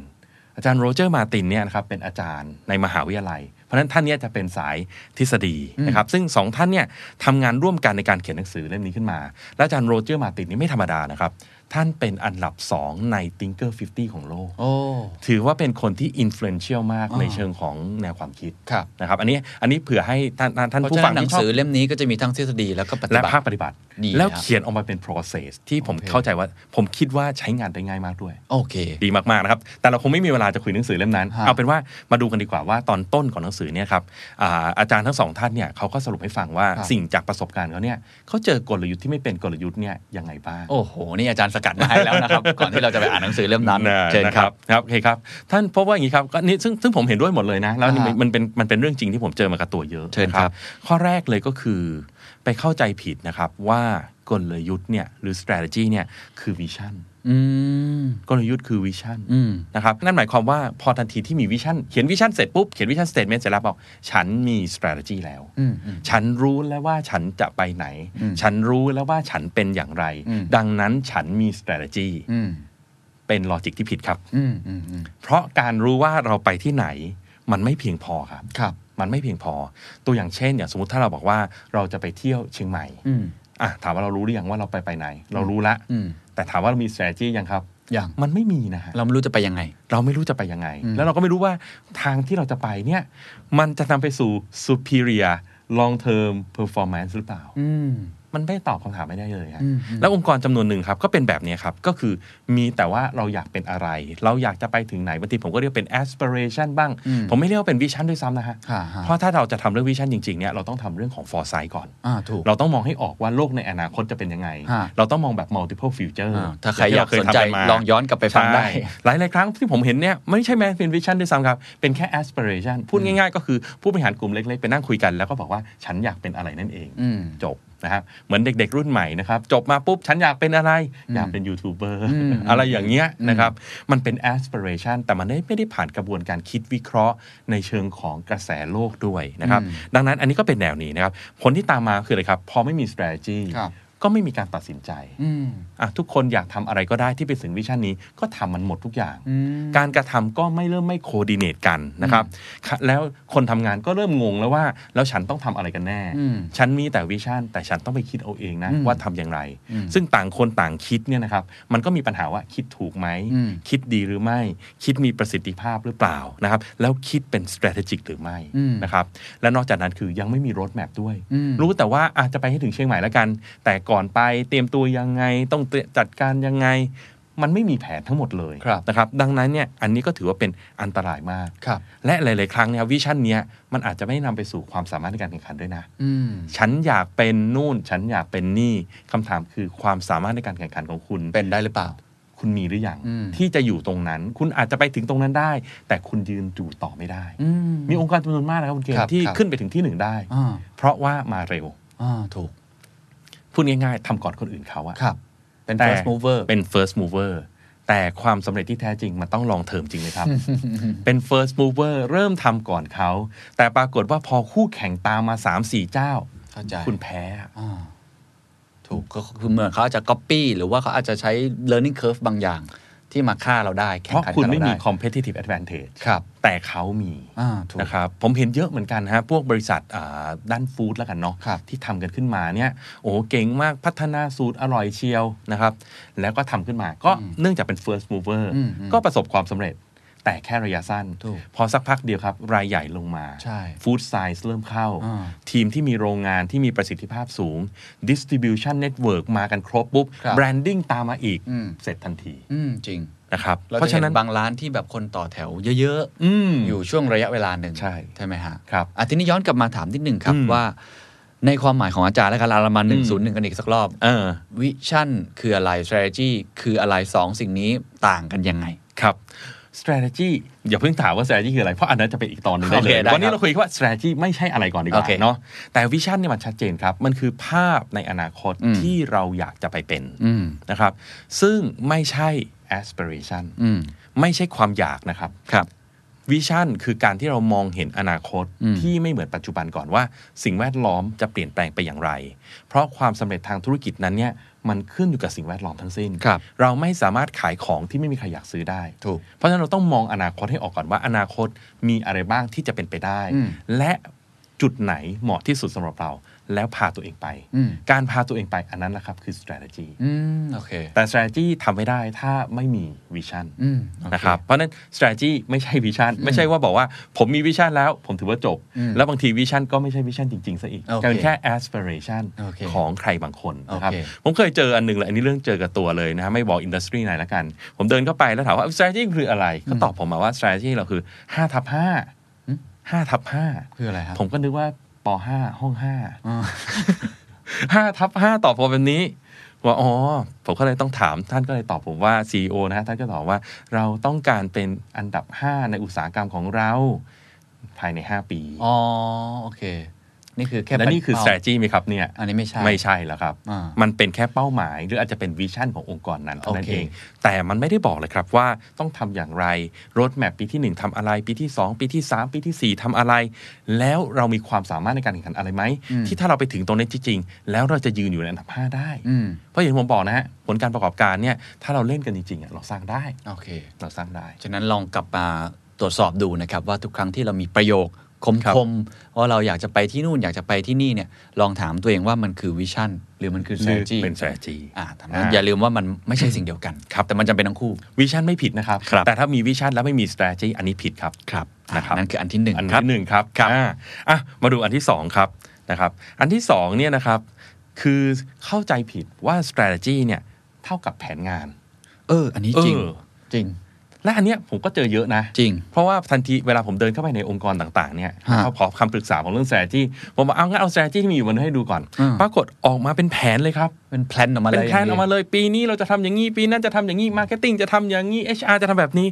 Speaker 4: อาจารย์โรเจอร์มาตินเนี่ยนะครับเป็นอาจารย์ในมหาวิทยาลัย เพราะฉะนั้นท่านเนี่ยจะเป็นสายทฤษฎีนะครับซึ่งสองท่านเนี่ยทำงานร่วมกันในการเขียนหนังสือเล่มนี้ขึ้นมา และอาจารย์โรเจอร์มาตินนี่ไม่ธรรมดานะครับท่านเป็นอันดับสองใน Thinker 50 ของโลก
Speaker 3: โอ้
Speaker 4: ถือว่าเป็นคนที่อิ f ฟ u e n เ i a l มาก
Speaker 3: อ่า
Speaker 4: ในเชิงของแนวความคิด
Speaker 3: ครับ
Speaker 4: นะครับอันนี้อันนี้เผื่อให้ท่านท่าน
Speaker 3: เพราะ
Speaker 4: ผู้
Speaker 3: ฉะ
Speaker 4: ฟั
Speaker 3: นั้
Speaker 4: ง
Speaker 3: นหนัง
Speaker 4: ที่ชอบ
Speaker 3: สือเล่มนี้ก็จะมีทั้งทฤษฎีแล้วก็ปฏิ
Speaker 4: และ
Speaker 3: บัติ
Speaker 4: ภาคปฏิบัติ
Speaker 3: ดี
Speaker 4: แล้ว
Speaker 3: ครับ
Speaker 4: เขียนออกมาเป็น process ที่ผม
Speaker 3: โอเค
Speaker 4: เข้าใจว่าผมคิดว่าใช้งานได้ง่ายมากด้วย
Speaker 3: โอเค
Speaker 4: ดีมากๆนะครับ แต่เราคงไม่มีเวลาจะคุยหนังสือเล่มนั้น
Speaker 3: ฮะ
Speaker 4: เอาเป็นว่ามาดูกันดีกว่าว่าตอนต้นของหนังสือเนี่ยครับอาอาจารย์ทั้งสองท่านเนี่ยเขาก็สรุปให้ฟังว่า
Speaker 3: ครับ
Speaker 4: สิ่งจากประสบการณ์เขาเนี่ยเขาเจอกลยุทธ์ที่ไม่เป็นกลยุทธ์เนี่ยยังไงบ้าง
Speaker 3: โอ้โห นี่อาจารย์สกัดมาให้แล้วนะครับ ก่อนที่เราจะไปอ่านหนังสือเล่มนั้นเชิญ
Speaker 4: นะ
Speaker 3: ค
Speaker 4: ค
Speaker 3: รั
Speaker 4: รับ บครับโอเคครับ ท่านพบว่าอย่างนี้ครับก็นี่ซึ่งซึ่งผมเห็นด้วยหมดเลยนะ แล้วนี่
Speaker 3: อ่าฮะ
Speaker 4: มันมันเป็นมันเป็นเรื่องจริงที่ผมเจอมากับตัวเยอะ
Speaker 3: เชิญ
Speaker 4: นะครับ ข้อแรกเลยก็คือไปเข้าใจผิดนะครับว่ากลยุทธ์เนี่ยหรือ strategy เนี่ยคือวิชั่น
Speaker 3: อืม
Speaker 4: กลยุทธ์คือวิชั่น
Speaker 3: อืม
Speaker 4: นะครับนั่นหมายความว่าพอทันทีที่มีวิชั่นเขียนวิชั่นเสร็จปุ๊บเขียนวิชั่น statement เสร็จแล้วบอกฉันมี strategy แล้ว
Speaker 3: อืมอืม
Speaker 4: ฉันรู้แล้วว่าฉันจะไปไหน
Speaker 3: อืม
Speaker 4: ฉันรู้แล้วว่าฉันเป็นอย่างไร
Speaker 3: อืม
Speaker 4: ดังนั้นฉันมี strategy
Speaker 3: อืม
Speaker 4: เป็นลอจิกที่ผิดครับ
Speaker 3: อืมอืมอืม
Speaker 4: เพราะการรู้ว่าเราไปที่ไหน มันไม่เพียงพอครับ
Speaker 3: ครับ
Speaker 4: มันไม่เพียงพอ ตัวอย่างเช่นอย่างสมมติถ้าเราบอกว่าเราจะไปเที่ยวเชียงใหม่
Speaker 3: อืม
Speaker 4: อ่ะถามว่าเรารู้หรือยังว่าเราไปไปไหน เรารู้ละ
Speaker 3: อืม
Speaker 4: แต่ถามว่าเรามี strategy ยังครับ
Speaker 3: อย่าง
Speaker 4: มันไม่มีนะฮะ
Speaker 3: เราไม่รู้จะไปยังไง
Speaker 4: เราไม่รู้จะไปยังไง
Speaker 3: อืม
Speaker 4: แล้วเราก็ไม่รู้ว่าทางที่เราจะไปเนี่ยมันจะนำไปสู่ superior long term performance หรือเปล่า
Speaker 3: อืม
Speaker 4: มันไม่ตอบคำถามไม่ได้เลยฮะ
Speaker 3: อืมอืม
Speaker 4: แล้วองค์กรจำนวนหนึ่งครับ ก็เป็นแบบเนี้ยครับ ก็คือมีแต่ว่าเราอยากเป็นอะไร เราอยากจะไปถึงไหนบางทีผมก็เรียกเป็น aspiration บ้าง
Speaker 3: อืม
Speaker 4: ผมไม่เรียกว่าเป็นวิชั่นด้วยซ้ำนะฮะ
Speaker 3: ค่ะฮะ
Speaker 4: เพราะถ้าเราจะทำเรื่องวิชั่นจริงๆเนี่ยเราต้องทำเรื่องของ foresight ก่อน
Speaker 3: อ่าถูก
Speaker 4: เราต้องมองให้ออกว่าโลกในอนาคตจะเป็นยังไง
Speaker 3: ฮะ
Speaker 4: เราต้องมองแบบ multiple future
Speaker 3: อ่าถ้าใครอยากสนใจ
Speaker 4: ย่างที่เรเคทำมา
Speaker 3: ลองย้อนกลับไปฟังได้
Speaker 4: ใช่หลายหลายๆครั้งที่ผมเห็นเนี่ยไม่ใช่แมสเป็นวิชั่นด้วยซ้ำครับ เป็นแค่ aspiration พูดง่ายๆ ก็คือผู้บริหารกลุ่มเล็กๆ ไปนั่งคุยกัน แล้วก็บอกว่าฉันอยากเป็นอะไรนั่นเอง
Speaker 3: อืม
Speaker 4: จบนะครับเหมือนเด็กๆ รุ่นใหม่นะครับจบมาปุ๊บ ฉันอยากเป็นอะไร อยากเป็นยูทูบเบอร์
Speaker 3: อืม
Speaker 4: อะไรอย่างเงี้ยนะครับมันเป็น aspiration แต่มันไม่ได้ผ่านกระบวนการคิดวิเคราะห์ในเชิงของกระแสโลกด้วยนะครับ
Speaker 3: อืม
Speaker 4: ดังนั้นอันนี้ก็เป็นแนวนี้นะครับผลที่ตามมาคืออะไรครับพอไม่มี strategy
Speaker 3: ครับ
Speaker 4: ก็ไม่มีการตัดสินใจ
Speaker 3: อืม
Speaker 4: อ่ะทุกคนอยากทำอะไรก็ได้ที่ไปถึงวิชั่นนี้ก็ทำมันหมดทุกอย่าง
Speaker 3: อืม
Speaker 4: การกระทำก็ไม่เริ่มไม่โคดิเนตกันนะครับค่ะแล้วคนทำงานก็เริ่มงงแล้วว่า แล้วฉันต้องทำอะไรกันแน่
Speaker 3: อืม
Speaker 4: ฉันมีแต่วิชั่น แต่ฉันต้องไปคิดเอาเองนะ
Speaker 3: อืม
Speaker 4: ว่าทำอย่างไร
Speaker 3: อืม
Speaker 4: ซึ่งต่างคนต่างคิดเนี่ยนะครับมันก็มีปัญหาว่าคิดถูกไหม
Speaker 3: อืม
Speaker 4: คิดดีหรือไม่ คิดมีประสิทธิภาพหรือเปล่านะครับแล้วคิดเป็น strategic หรือไม่
Speaker 3: อืม
Speaker 4: นะครับและนอกจากนั้นคือยังไม่มีรถแมพด้วย
Speaker 3: อืม
Speaker 4: รู้แต่ว่าอาจจะไปให้ถึงเชียงใหม่แล้วกัน แต่ก่อนไปเตรียมตัวยังไง ต้องเตรียมจัดการยังไง มันไม่มีแผนทั้งหมดเลย
Speaker 3: ครับ
Speaker 4: นะครับ ดังนั้นเนี่ยอันนี้ก็ถือว่าเป็นอันตรายมาก
Speaker 3: ครับ
Speaker 4: และหลาย ๆ ครั้งเนี่ยวิชั่นเนี้ยมันอาจจะไม่นำไปสู่ความสามารถในการแข่งขันด้วยนะ
Speaker 3: อืม
Speaker 4: ฉันอยากเป็นนู่น ฉันอยากเป็นนี่คำถามคือความสามารถในการแข่งขันของคุณ
Speaker 3: เป็นได้หรือเปล่า
Speaker 4: คุณมีหรือยัง
Speaker 3: อืม
Speaker 4: ที่จะอยู่ตรงนั้น คุณอาจจะไปถึงตรงนั้นได้ แต่คุณยืนอยู่ต่อไม่ได้
Speaker 3: อืม
Speaker 4: มีองค์กรจำนวนมากนะครับคุณเกณ
Speaker 3: ครับ
Speaker 4: ฑ์ที่
Speaker 3: ครับ
Speaker 4: ขึ้นไปถึงที่หนึ่งได้
Speaker 3: อ่า
Speaker 4: เพราะว่ามาเร็ว
Speaker 3: อ่าถูก
Speaker 4: พูดง่ายๆ ทำก่อนคนอื่นเขาอะ
Speaker 3: ครับ เป็น
Speaker 4: แต่
Speaker 3: first mover
Speaker 4: เป็น first mover แต่ความสำเร็จที่แท้จริง มันต้องลองเทอมจริงไหมครับ เป็น first mover เริ่มทำก่อนเขา แต่ปรากฏว่าพอคู่แข่งตามมา 3-4 เจ้า
Speaker 3: เข้าใจ
Speaker 4: คุณแพ้อะ
Speaker 3: อ่าถูกก็คือเหมือนเขาอาจจะ copy หรือว่าเขาอาจจะใช้ learning curve บางอย่าง ที่มาฆ่าเราได้แข่ง
Speaker 4: เพราะ
Speaker 3: ขัน
Speaker 4: คุณ
Speaker 3: กับ
Speaker 4: ไม่
Speaker 3: เรา
Speaker 4: มี
Speaker 3: ได้
Speaker 4: competitive advantage
Speaker 3: ครับ
Speaker 4: แต่เขามี
Speaker 3: อ่าถูก
Speaker 4: นะครับผมเห็นเยอะเหมือนกันฮะพวกบริษัทอ่าด้านฟู้ดแล้วกันเนาะ
Speaker 3: ครับ
Speaker 4: ที่ทำกันขึ้นมาเนี่ยโอ้เก่งมากพัฒนาสูตรอร่อยเชียวนะครับ แล้วก็ทำขึ้นมาก็เนื่องจากเป็น first mover
Speaker 3: อืมอืม
Speaker 4: ก็ประสบความสำเร็จ แต่แค่ระยะสั้น
Speaker 3: ถูก
Speaker 4: พอสักพักเดียวครับ รายใหญ่ลงมา
Speaker 3: ใช่
Speaker 4: ฟู้ดไซส์เริ่มเข้า
Speaker 3: อ่า
Speaker 4: ทีมที่มีโรงงานที่มีประสิทธิภาพสูง distribution network มากันครบปุ๊บ
Speaker 3: ครับ
Speaker 4: branding ตามมาอีก
Speaker 3: อืม
Speaker 4: เสร็จทันที
Speaker 3: อืมจริง
Speaker 4: นะครับ
Speaker 3: เราจะ
Speaker 4: เพราะ
Speaker 3: เห็
Speaker 4: ฉะ
Speaker 3: น
Speaker 4: นั้น
Speaker 3: บางร้านที่แบบคนต่อแถวเยอะ
Speaker 4: อืม
Speaker 3: ๆ อยู่ช่วงระยะเวลาหนึ่ง
Speaker 4: ใช่
Speaker 3: ใช่ไหมฮะ
Speaker 4: ครับ
Speaker 3: อ่ะทีนี้ย้อนกลับมาถามนิดหนึ่งครับ
Speaker 4: อืม
Speaker 3: ว่า ในความหมายของอาจารย์และการเรามาห
Speaker 4: อื
Speaker 3: นึ่ง
Speaker 4: ม
Speaker 3: ศูนย์หนึ่งกันอีกสักรอบ
Speaker 4: เออ
Speaker 3: วิชั่นคืออะไร strategy คืออะไรสองสิ่งนี้ต่างกันยังไง
Speaker 4: ครับ strategy อย่าเพิ่งถามว่า strategy คืออะไร เพราะอันนั้นจะเป็นอีกตอนหนึงได้
Speaker 3: โอ
Speaker 4: เล
Speaker 3: เค
Speaker 4: ย
Speaker 3: ได้ครับ
Speaker 4: วันนี้เราคุยแค่ว่า strategy ไม่ใช่อะไรก่อนดีก
Speaker 3: โอ
Speaker 4: ว่า
Speaker 3: เค
Speaker 4: เนาะ แต่วิชั่นเนี่ยมันชัดเจนครับ มันคือภาพในอนาคต
Speaker 3: อืม
Speaker 4: ที่เราอยากจะไปเป็น
Speaker 3: อืม
Speaker 4: นะครับ ซึ่งไม่ใช่ aspiration
Speaker 3: อืม
Speaker 4: ไม่ใช่ความอยากนะครับ
Speaker 3: ครับ
Speaker 4: วิชั่นคือการที่เรามองเห็นอนาคต
Speaker 3: อืม
Speaker 4: ที่ไม่เหมือนปัจจุบันก่อนว่า สิ่งแวดล้อมจะเปลี่ยนแปลงไปอย่างไร เพราะความสำเร็จทางธุรกิจนั้นเนี่ยมันขึ้นอยู่กับสิ่งแวดล้อมทั้งสิ้น
Speaker 3: ครับ
Speaker 4: เราไม่สามารถขายของที่ไม่มีใครอยากซื้อได้
Speaker 3: ถูก
Speaker 4: เพราะฉะนั้นเราต้องมองอนาคตให้ออกก่อนว่า อนาคตมีอะไรบ้างที่จะเป็นไปได้
Speaker 3: อืม
Speaker 4: และจุดไหนเหมาะที่สุดสำหรับเรา แล้วพาตัวเองไป
Speaker 3: อืม
Speaker 4: การพาตัวเองไปอันนั้นแหละครับคือ strategy
Speaker 3: อืม โอเค
Speaker 4: แต่ strategy ทำไม่ได้ถ้าไม่มีวิชั่น
Speaker 3: อืมโอเ
Speaker 4: นะครับเพราะฉะนั้น strategy ไม่ใช่วิชั่นไม่ใช่ว่าบอกว่าผมมีวิชั่นแล้วผมถือว่าจบ แล้วบางทีวิชั่นก็ไม่ใช่วิชั่นจริง ๆซะอีก
Speaker 3: โอเค
Speaker 4: กลายเป็นแค่ aspiration
Speaker 3: โอเค
Speaker 4: ของใครบางคนนะครับ
Speaker 3: โอเค
Speaker 4: ผมเคยเจออันหนึ่งแหละอันนี้เรื่องเจอกับตัวเลยนะฮะไม่บอกอินดัสทรีไหนละกัน ผมเดินเข้าไปแล้วถามว่า strategy คืออะไร ก็ตอบผมมาว่า strategy เราคือ5ทับ
Speaker 3: อืม
Speaker 4: 5 5ทับ
Speaker 3: คืออะไรครับ
Speaker 4: 5ผมก็นึกว่าป .5 ห้อง 5
Speaker 3: อ่า
Speaker 4: ห้าทับห้าตอบผมแบบนี้ว่าอ๋อ ผมก็เลยต้องถามท่านก็เลยตอบผมว่า CEO นะฮะท่านก็ตอบว่าเราต้องการเป็นอันดับ 5 ในอุตสาหกรรมของเราภายใน 5 ปี
Speaker 3: อ๋อ โอเค นี่คือแค่
Speaker 4: และนี่คือ
Speaker 3: เป้า
Speaker 4: strategy ไหมครับเนี่ย
Speaker 3: อันนี้ไม่ใช่
Speaker 4: ไม่ใช่แล้วครับ
Speaker 3: อ่ามั
Speaker 4: มันเป็นแค่เป้าหมาย หรืออาจจะเป็นวิชั่นขององค์กรนั้นเท่านั้น
Speaker 3: โอเค
Speaker 4: เอง แต่มันไม่ได้บอกเลยครับว่าต้องทำอย่างไรรถแมพปีที่ 1ทำอะไร ปีที่ 2 ปีที่ 3 ปีทีสี่4ทำอะไร แล้วเรามีความสามารถในการแข่งขันอะไรไหมที่ถ้าเราไปถึงตรงนั้นจริงๆแล้วเราจะยืนอยู่ในอันดับ5ได้
Speaker 3: อืม
Speaker 4: เพราะอย่างที่ผมบอกนะฮะผลการประกอบการเนี่ยถ้าเราเล่นกันจริงๆอะเราสร้างได้
Speaker 3: โอเค
Speaker 4: เราสร้างได้
Speaker 3: ฉะนั้นลองกลับมาตรวจสอบดูนะครับ ว่าทุกครั้งที่เรามีประโยคคม
Speaker 4: ครับ
Speaker 3: คมว่าเราอยากจะไปที่นู่นอยากจะไปที่นี่เนี่ยลองถามตัวเองว่ามันคือวิชั่นหรือมันคือ
Speaker 4: หรือ
Speaker 3: strategy
Speaker 4: เป็น strategy
Speaker 3: อ่าทำนั้น
Speaker 4: อ่า
Speaker 3: อย่าลืมว่ามันไม่ใช่สิ่งเดียวกันครับแต่มันจำเป็นทั้งคู่
Speaker 4: วิชั่นไม่ผิดนะครับ
Speaker 3: ครับ
Speaker 4: แต่ถ้ามีวิชั่นแล้วไม่มี strategy อันนี้ผิดครับ
Speaker 3: ครับ
Speaker 4: นะครับ
Speaker 3: นั่นคืออันที่หนึ่ง
Speaker 4: อัน
Speaker 3: ครับ
Speaker 4: ที่หนึ่งครับ
Speaker 3: ครับ
Speaker 4: อ่าอ่ะมาดูอันที่สองครับนะครับอันที่สองเนี่ยนะครับคือเข้าใจผิดว่า strategy เนี่ยเท่ากับแผนงาน
Speaker 3: เออ อันนี้จริง
Speaker 4: เออ
Speaker 3: จริง
Speaker 4: และอันเนี้ยผมก็เจอเยอะนะ
Speaker 3: จริง
Speaker 4: เพราะว่าทันทีเวลาผมเดินเข้าไปในองค์กรต่างๆเนี่ย
Speaker 3: ฮะ
Speaker 4: เขาขอคำปรึกษาของเรื่อง strategy ผมบอกเอางั้นเอา strategy ที่มีอยู่บนนั้นให้ดูก่อน
Speaker 3: อืม
Speaker 4: ปรากฏออกมาเป็นแผนเลยครับ
Speaker 3: เป็นแพลนออกมาเลย
Speaker 4: เป็นแพลนออกมาเลยปีนี้เราจะทำอย่างนี้ ปีนั้นจะทำอย่างนี้มาร์เก็ตติ้งจะทำอย่างนี้ HR จะทำแบบนี้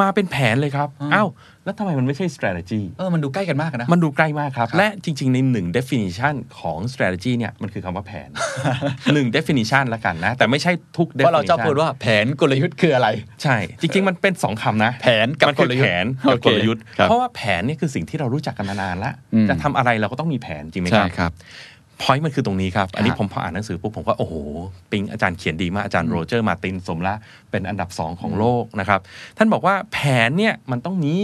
Speaker 4: มาเป็นแผนเลยครับอ้าวแล้วทำไมมันไม่ใช่ strategy
Speaker 3: เออมันดูใกล้กันมากอะนะ
Speaker 4: มันดูใกล้มากครับ
Speaker 3: ครับ
Speaker 4: และจริง ๆ ในหนึ่ง definition ของ strategy เนี่ยมันคือคำว่าแผน หนึ่ง definition ละกันนะ แต่ไม่ใช่ทุก
Speaker 3: เพราะเรา
Speaker 4: definition
Speaker 3: ชอบพูดว่าแผนกลยุทธ์คืออะไร
Speaker 4: ใช่ จริง ๆ มันเป็นสองคำนะ
Speaker 3: แผนกับ
Speaker 4: มัคือก
Speaker 3: ลยุทธ์
Speaker 4: แผนกั
Speaker 3: โอ
Speaker 4: บ
Speaker 3: เค
Speaker 4: กลยุทธ์
Speaker 3: ครับ
Speaker 4: เพราะว่าแผนเนี่ยคือสิ่งที่เรารู้จักกันมานานละ
Speaker 3: อืม
Speaker 4: จะทำอะไรเราก็ต้องมีแผนจริงไหมครับ พอยต์มันคือตรงนี้ครับ อัน
Speaker 3: ค
Speaker 4: นี้
Speaker 3: รับ
Speaker 4: ผมพออ่านหนังสือปุ๊บผมก็โอ้โห ปิงอาจารย์เขียนดีมากอาจารย์โรเจอร์มาร์ตินสมละเป็นอันดับสองของโลกนะครับ ท่านบอกว่าแผนเนี่ยมันต้องมี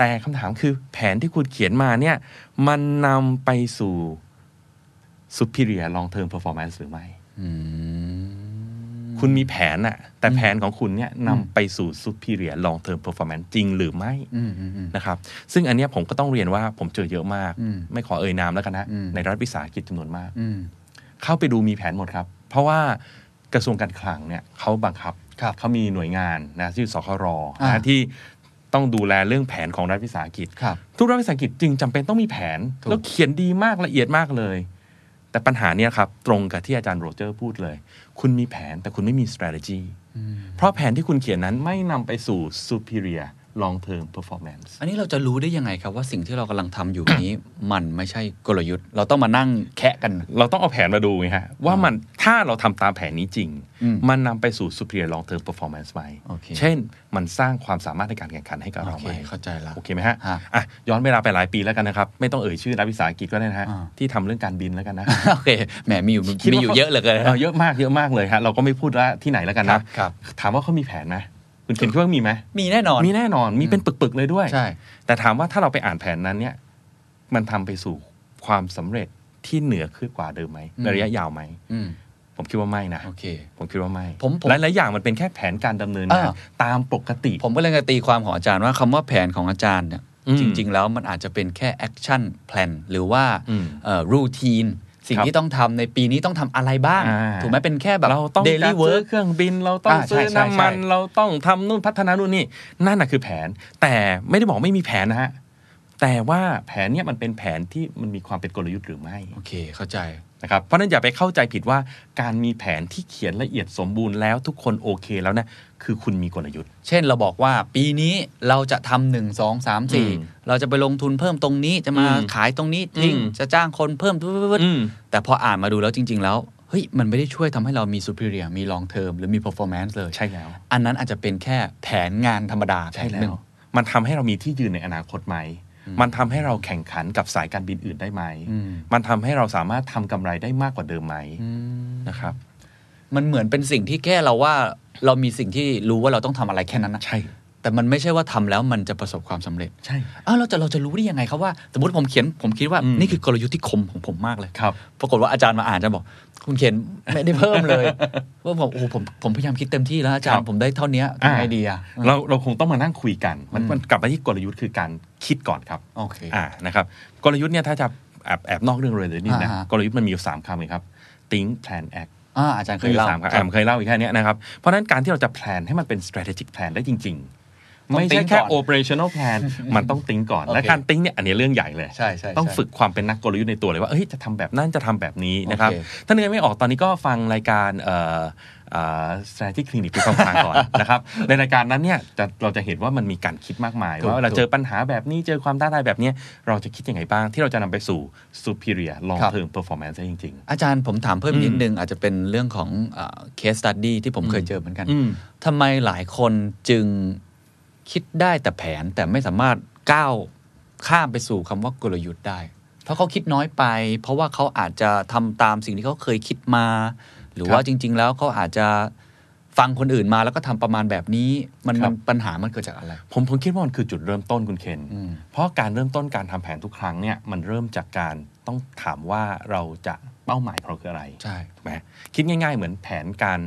Speaker 4: แต่คำถามคือแผนที่คุณเขียนมาเนี่ย มันนำไปสู่ superior long term performance หรือไม่ คุณมีแผนอะแต่แผนของคุณเนี่ยนำไปสู่ superior long term performance จริงหรือไม่ นะครับซึ่งอันเนี้ยผมก็ต้องเรียนว่าผมเจอเยอะมาก
Speaker 3: อืม
Speaker 4: ไม่ขอเอ่ยนามแล้วกันนะ
Speaker 3: อืม
Speaker 4: ในรัฐวิสาหกิจจำนวนมาก
Speaker 3: อืม
Speaker 4: เข้าไปดูมีแผนหมดครับ เพราะว่ากระทรวงการคลังเนี่ยเขาบังคับ
Speaker 3: ครับ
Speaker 4: เขามีหน่วยงานนะชื่อสคร
Speaker 3: อ่า
Speaker 4: นะที่ต้องดูแลเรื่องแผนของรัฐวิสาหกิจ
Speaker 3: ครับ
Speaker 4: ทุกรัฐวิสาหกิจจึงจำเป็นต้องมีแผน
Speaker 3: ถูก
Speaker 4: แล้วเขียนดีมากละเอียดมากเลย แต่ปัญหาเนี่ยครับตรงกับที่อาจารย์โรเจอร์พูดเลย คุณมีแผนแต่คุณไม่มี strategy เพราะแผนที่คุณเขียนนั้นไม่นำไปสู่ superior long term performance
Speaker 3: อันนี้เราจะรู้ได้ยังไงครับว่าสิ่งที่เรากำลังทำอยู่นี้ มันไม่ใช่กลยุทธ์ เราต้องมานั่งแคะกัน
Speaker 4: เราต้องเอาแผนมาดูไงฮะ ว่ามันถ้าเราทำตามแผนนี้จริง มันนำไปสู่ superior long term performance ไหม
Speaker 3: โอเค
Speaker 4: เช่นมันสร้างความสามารถในการแข่งขันให้กับ
Speaker 3: โอ
Speaker 4: เรา
Speaker 3: เค (laughs)
Speaker 4: ไหม
Speaker 3: เข้าใจละ
Speaker 4: โอเคไหมฮะ
Speaker 3: ฮะ
Speaker 4: อ่ะ ย้อนเวลาไปหลายปีแล้วกันนะครับ ไม่ต้องเอ่ยชื่อรัฐวิสาหกิจก็ได้นะฮะ
Speaker 3: อ่า
Speaker 4: ที่ทำเรื่องการบินแล้วกันนะ
Speaker 3: โอเคแหมมีอยู่
Speaker 4: คิด
Speaker 3: มี
Speaker 4: ว่า
Speaker 3: อยู่
Speaker 4: เขา
Speaker 3: เยอะเหลือเกิน
Speaker 4: เออเยอะมากเยอะมากเลยฮะ เราก็ไม่พูดว่าที่ไหนแล้วกันนะ
Speaker 3: ครับ
Speaker 4: ถามว่าเขามีแผนไหมคุณเขียนคิดว่ามีไหม
Speaker 3: มีแน่นอน
Speaker 4: มีแน่นอน มีเป็นปึกๆเลยด้วย
Speaker 3: ใช่
Speaker 4: แต่ถามว่าถ้าเราไปอ่านแผนนั้นเนี่ย มันทำไปสู่ความสำเร็จที่เหนือขึ้นกว่าเดิมไหมในระยะยาวไหม
Speaker 3: อืม
Speaker 4: ผมคิดว่าไม่นะ
Speaker 3: โอเค
Speaker 4: ผมคิดว่าไม่
Speaker 3: ผมผม
Speaker 4: หลายๆอย่างมันเป็นแค่แผนการดำเนินงาน
Speaker 3: อ่า
Speaker 4: ตามปกติ
Speaker 3: ผมก็เลยจะตีความของอาจารย์ว่าคำว่าแผนของอาจารย์เนี่ย
Speaker 4: อืม
Speaker 3: จริง ๆ แล้วมันอาจจะเป็นแค่แอคชั่นแพลนหรือว่า
Speaker 4: อืม
Speaker 3: รูทีนสิ่ง
Speaker 4: ครับ
Speaker 3: ที่ต้องทำในปีนี้ต้องทำอะไรบ้าง
Speaker 4: อ่า
Speaker 3: ถูกไหมเป็นแค่แบบ
Speaker 4: เราต้อง
Speaker 3: daily
Speaker 4: จัดซื้
Speaker 3: work
Speaker 4: เครื่องบินเราต้อง
Speaker 3: อ่าใช่
Speaker 4: ซื้อ
Speaker 3: ใช่
Speaker 4: น้ำมัน
Speaker 3: ใช่
Speaker 4: เราต้องทำนู่นพัฒนานู่นนี่นั่นน่ะคือแผน แต่ไม่ได้บอกไม่มีแผนนะฮะแต่ว่าแผนเนี่ยมันเป็นแผนที่มันมีความเป็นกลยุทธ์หรือไม่
Speaker 3: โอเคเข้าใจ
Speaker 4: นะครับเพราะฉะนั้นอย่าไปเข้าใจผิดว่าการมีแผนที่เขียนละเอียดสมบูรณ์แล้วทุกคนโอเคแล้วนะคือคุณมีกลยุทธ์
Speaker 3: เช่นเราบอกว่าปีนี้เราจะทำหนึ่งสองสามสี่
Speaker 4: อืม
Speaker 3: เราจะไปลงทุนเพิ่มตรงนี้จะมา
Speaker 4: อืม
Speaker 3: ขายตรงนี้ทิ้ง
Speaker 4: อืม
Speaker 3: จะจ้างคนเพิ่มปึ๊บๆๆ
Speaker 4: อืม
Speaker 3: แต่พออ่านมาดูแล้วจริง ๆ แล้ว เฮ้ย มันไม่ได้ช่วยทำให้เรามี superior มี long term หรือมี performance เลย
Speaker 4: ใช่แล้ว
Speaker 3: อันนั้นอาจจะเป็นแค่แผนงานธรรมดา
Speaker 4: ใช่
Speaker 3: ผ
Speaker 4: แล้
Speaker 3: นหนึ่
Speaker 4: ว
Speaker 3: ง
Speaker 4: มันทำให้เรามีที่ยืนในอนาคตไหม มันทำให้เราแข่งขันกับสายการบินอื่นได้ไหม
Speaker 3: อืม
Speaker 4: มันทำให้เราสามารถทำกำไรได้มากกว่าเดิมไหมนะครับ
Speaker 3: มันเหมือนเป็นสิ่งที่แค่เราว่าเรามีสิ่งที่รู้ว่าเราต้องทำอะไรแค่นั้นนะ
Speaker 4: ใช่
Speaker 3: แต่มันไม่ใช่ว่าทำแล้วมันจะประสบความสำเร็จ
Speaker 4: ใช่
Speaker 3: อ้าวเราจะเราจะรู้ได้ยังไงครับว่า สมมติผมเขียนผมคิดว่า
Speaker 4: อืม
Speaker 3: นี่คือกลยุทธ์ที่คมของผมมากเลย
Speaker 4: ครับ
Speaker 3: ปรากฏว่าอาจารย์มาอ่านอาจารย์บอก คุณเขียนไม่ได้เพิ่ม
Speaker 4: (laughs)
Speaker 3: เลย ว่าผมโอ้โหผมผมพยายามคิดเต็มที่แล้วอาจาร
Speaker 4: ครั
Speaker 3: ย์
Speaker 4: บ
Speaker 3: ผมได้เท่านี้
Speaker 4: อ่า
Speaker 3: ทำไงดีอะ
Speaker 4: เราเราคงต้องมานั่งคุยกัน มันมันกลับมาที่กลยุทธ์คือการคิดก่อนครับ
Speaker 3: โอเค
Speaker 4: อ่านะครับกลยุทธ์เนี่ยถ้าจะแอบแอบนอกเรื่องเลยเลยนิดนะ
Speaker 3: อ่าฮะ
Speaker 4: กลยุทธ์มันมีอยู่สามคำเลยครับ think plan act
Speaker 3: อ่าอาจารย์เค
Speaker 4: ก็
Speaker 3: ย
Speaker 4: อยู่
Speaker 3: เล่า
Speaker 4: สามคำอ่าผมเคยเล่าอีกแค่เนี้ยนะครับ เพราะฉะนั้นการที่เราจะแพลนให้มันเป็น strategic plan ได้จริง ๆ ไม่ใช่
Speaker 3: think
Speaker 4: แค่
Speaker 3: ก่อน
Speaker 4: operational plan มันต้องติ้งก่อน
Speaker 3: โอเค
Speaker 4: และการติ้งเนี่ยอันนี้เรื่องใหญ่เลย
Speaker 3: ใช่ใช่ใช่
Speaker 4: ต้องฝึกความเป็นนักกลยุทธ์ในตัวเลยว่าเอ้ยจะทำแบบนั้นจะทำแบบนี้นะครับ
Speaker 3: โอเค
Speaker 4: ถ้าเนื้อไม่ออกตอนนี้ก็ฟังรายการเอ่อเอ่อ strategic clinic ไปฟังๆก่อน
Speaker 3: (laughs)
Speaker 4: นะครับในรายการนั้นเนี่ยจะเราจะเห็นว่ามันมีการคิดมากมาย
Speaker 3: ถูก
Speaker 4: ว่าเวลา
Speaker 3: ถูก
Speaker 4: เจอปัญหาแบบนี้เจอความท้าทายแบบเนี้ยเราจะคิดยังไงบ้างที่เราจะนำไปสู่ superior long
Speaker 3: ครับ
Speaker 4: term performance ได้จริง
Speaker 3: อาจารย์ผมถามเพิ่ม
Speaker 4: อืม
Speaker 3: นิดนึง อาจจะเป็นเรื่องของเคสตัดดี้ที่ผมเคยเจอเหมือนกัน
Speaker 4: ๆอืม
Speaker 3: ทำไมหลายคนจึงคิดได้แต่แผนแต่ไม่สามารถก้าวข้ามไปสู่คำว่ากลยุทธ์ได้ เพราะเขาคิดน้อยไป เพราะว่าเขาอาจจะทำตามสิ่งที่เขาเคยคิดมา หรือ
Speaker 4: ครับ
Speaker 3: ว่าจริง ๆ แล้วเขาอาจจะฟังคนอื่นมาแล้วก็ทำประมาณแบบนี้มัน
Speaker 4: ครั
Speaker 3: มั
Speaker 4: บ
Speaker 3: นปัญหามันเกิดจากอะไร
Speaker 4: ผมผมคิดว่ามันคือจุดเริ่มต้นคุณเคน
Speaker 3: อืม
Speaker 4: เพราะการเริ่มต้นการทำแผนทุกครั้งเนี่ยมันเริ่มจากการต้องถามว่าเราจะเป้าหมายของเราคืออะไร
Speaker 3: ใช่
Speaker 4: ถูกไหมคิดง่าย ๆ เหมือนแผนการ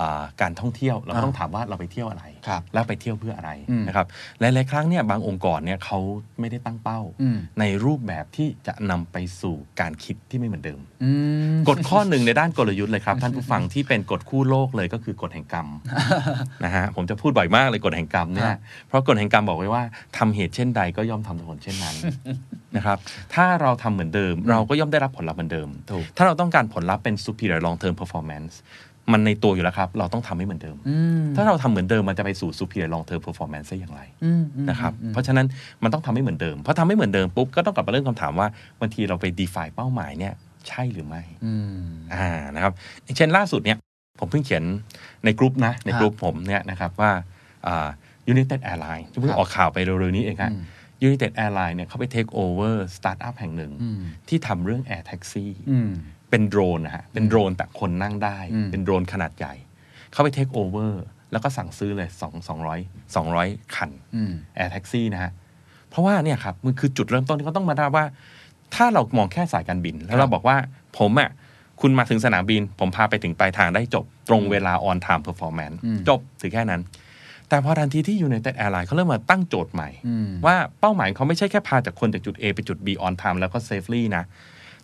Speaker 4: อ่าการท่องเที่ยวเราก็
Speaker 3: อ่า
Speaker 4: ต้องถามว่าเราไปเที่ยวอะไร
Speaker 3: ครับ
Speaker 4: แล้วไปเที่ยวเพื่ออะไร
Speaker 3: อืม
Speaker 4: นะครับหลายๆครั้งเนี่ยบางองค์กรเนี่ยเขาไม่ได้ตั้งเป้า
Speaker 3: อืม
Speaker 4: ในรูปแบบที่จะนำไปสู่การคิดที่ไม่เหมือนเดิม
Speaker 3: อืม
Speaker 4: กฎข้อหนึ่งในด้านกลยุทธ์เลยครับ ท่านผู้ฟังที่เป็นกฎคู่โลกเลยก็คือกฎแห่งกรรม นะฮะผมจะพูดบ่อยมากเลยกฎแห่งกรรมเนี่ย
Speaker 3: ฮะ
Speaker 4: เพราะกฎแห่งกรรมบอกไว้ว่าทำเหตุเช่นใดก็ย่อมทำผลเช่นนั้น นะครับถ้าเราทำเหมือนเดิม เราก็ย่อมได้รับผลลัพธ์เหมือนเดิม
Speaker 3: ถูก
Speaker 4: ถ้าเราต้องการผลลัพธ์เป็น superior long term performance มันในตัวอยู่แล้วครับ เราต้องทำให้เหมือนเดิม
Speaker 3: อืม
Speaker 4: ถ้าเราทำเหมือนเดิมมันจะไปสู่ superior long term performance ได้อย่างไร
Speaker 3: อืมอืม
Speaker 4: นะครับ เพราะฉะนั้นมันต้องทำให้เหมือนเดิม เพราะทำให้เหมือนเดิมปุ๊บก็ต้องกลับมาเรื่องคำถามว่าบางทีเราไป define เป้าหมายเนี่ยใช่หรือไม่
Speaker 3: อืม
Speaker 4: อ่านะครับอย่างเช่นล่าสุดเนี่ยผมเพิ่งเขียนในกลุ่มนะในกลุ่มผมเนี่ยนะครับว่าอ่า United Airlines ที่เพิ่
Speaker 3: ครั
Speaker 4: ง
Speaker 3: บ
Speaker 4: ออกข่าวไปเร็วๆนี้เองฮะ
Speaker 3: อืม
Speaker 4: United Airlines เนี่ยเขาไป take over สตาร์ทอัพแห่งหนึ่ง
Speaker 3: อืม
Speaker 4: ที่ทำเรื่อง Air Taxi
Speaker 3: อืม
Speaker 4: เป็นโดรนนะฮะ เป็นโดรนแต่คนนั่งได้
Speaker 3: อืม
Speaker 4: เป็นโดรนขนาดใหญ่ เขาไป take over แล้วก็สั่งซื้อเลย2 200 200 คัน
Speaker 3: อืม
Speaker 4: Air Taxi นะฮะ เพราะว่าเนี่ยครับมันคือจุดเริ่มต้นที่เขาต้องมาได้ว่า ถ้าเรามองแค่สายการบิน แล้วเราบอกว่าผมอ่ะคุณมาถึงสนามบิน ผมพาไปถึงปลายทางได้จบ ตรงเวลา on time performance
Speaker 3: อืม
Speaker 4: จบถือแค่นั้น แต่พอทันทีที่ United Airlines เขาเริ่มมาตั้งโจทย์ใหม่
Speaker 3: อืม
Speaker 4: ว่าเป้าหมายของเขาไม่ใช่แค่พาจากคนจากจุด A ไปจุด B on time แล้วก็ safely นะ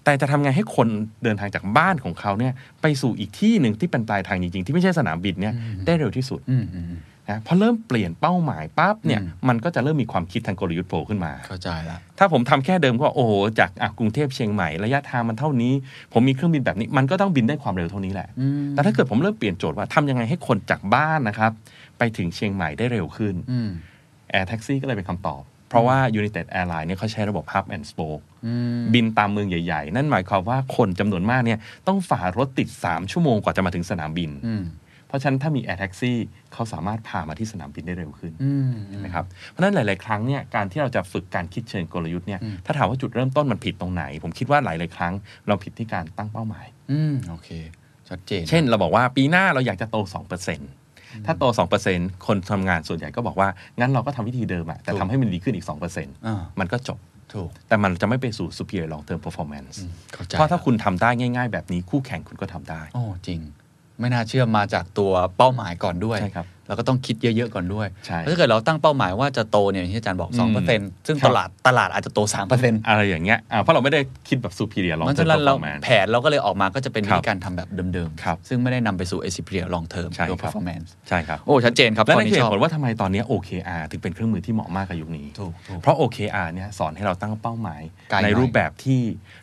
Speaker 4: แต่จะทำไงให้คนเดินทางจากบ้านของเขาเนี่ยไปสู่อีกที่หนึ่งที่เป็นปลายทางจริงๆ ที่ไม่ใช่สนามบินเนี่ยได้เร็วที่สุด
Speaker 3: อืมอืม
Speaker 4: นะพอเริ่มเปลี่ยนเป้าหมายปั๊บเนี่ย
Speaker 3: อืม
Speaker 4: มันก็จะเริ่มมีความคิดทางกลยุทธ์โผล่ขึ้นมา
Speaker 3: เข้าใจละ
Speaker 4: ถ้าผมทำแค่เดิมก็โอ้โหจากอ่ะกรุงเทพเชียงใหม่ระยะทางมันเท่านี้ ผมมีเครื่องบินแบบนี้มันก็ต้องบินได้ความเร็วเท่านี้แหละ
Speaker 3: อืม
Speaker 4: แต่ถ้าเกิดผมเริ่มเปลี่ยนโจทย์ว่าทำยังไงให้คนจากบ้านนะครับ ไปถึงเชียงใหม่ได้เร็วขึ้น
Speaker 3: อืม
Speaker 4: Air Taxi ก็เลยเป็นคำตอบ เพราะว่า United Airlines เนี่ยเขาใช้ระบบ Hub and Spoke
Speaker 3: อืม
Speaker 4: บินตามเมืองใหญ่ ๆ นั่นหมายความว่าคนจำนวนมากเนี่ยต้องฝ่ารถติด 3 ชั่วโมงกว่าจะมาถึงสนามบิน
Speaker 3: อืม
Speaker 4: เพราะฉะนั้นถ้ามี Air Taxi เขาสามารถพามาที่สนามบินได้เร็วขึ้น
Speaker 3: อืม
Speaker 4: นะครับเพราะฉะนั้นหลาย ๆ ครั้งเนี่ยการที่เราจะฝึกการคิดเชิงกลยุทธ์เนี่ย
Speaker 3: อืม
Speaker 4: ถ้าถามว่าจุดเริ่มต้นมันผิดตรงไหน ผมคิดว่าหลาย ๆ ครั้ง เราผิดที่การตั้งเป้าหมาย
Speaker 3: อืมโอเค ชัดเจน
Speaker 4: เช่นเราบอกว่าปีหน้าเราอยากจะโต 2%ถ้าโต 2%คนทำงานส่วนใหญ่ก็บอกว่า งั้นเราก็ทำวิธีเดิมอะแต่ทำให้มันดีขึ้นอีก
Speaker 3: อ
Speaker 4: 2%
Speaker 3: ่า
Speaker 4: มันก็จบ
Speaker 3: ถูก
Speaker 4: แต่มันจะไม่ไปสู่ superior long term performance
Speaker 3: เข้าใจ
Speaker 4: เพราะถ้าคุณทำได้ง่าย ๆ แบบนี้คู่แข่งคุณก็ทำได้
Speaker 3: โอ้จริง ไม่น่าเชื่อมาจากตัวเป้าหมายก่อนด้วย
Speaker 4: ใช่ครับ
Speaker 3: แล้วก็ต้องคิดเยอะๆก่อนด้วย
Speaker 4: ใช่
Speaker 3: เพราะถ้าเกิดเราตั้งเป้าหมายว่าจะโตเนี่ยอย่างที่อาจารย์บอก 2%ซึ่ง
Speaker 4: ครับ
Speaker 3: ตลาดตลาดอาจจะโต 3%
Speaker 4: อะไรอย่างเงี้ยอ่าเพราะเราไม่ได้คิดแบบ superior long
Speaker 3: มัน
Speaker 4: term
Speaker 3: ฉะนั้นเรา
Speaker 4: performance
Speaker 3: แผนเราก็เลยออกมาก็จะเป็นวิ
Speaker 4: ครับ
Speaker 3: ธีการทำแบบเดิม
Speaker 4: ครับ
Speaker 3: ๆ ซึ่งไม่ได้นำไปสู่ e x p e r i e n long term
Speaker 4: ใช่
Speaker 3: หรือ
Speaker 4: ครับ
Speaker 3: performance
Speaker 4: ใช่ครับ
Speaker 3: โอ้ ชัดเจนครับ
Speaker 4: และ
Speaker 3: ข้อ
Speaker 4: นั่น
Speaker 3: นี้
Speaker 4: คือเห
Speaker 3: ชอบ
Speaker 4: ตุผลว่าทำไมตอนนี้ OKR ถึงเป็นเครื่องมือที่เหมาะมากกับยุคนี้
Speaker 3: ถูกถูก
Speaker 4: เพราะ OKR เนี่ยสอนให้เราตั้งเป้าหมาย
Speaker 3: ไกลหน่อย
Speaker 4: ในรูปแบบที่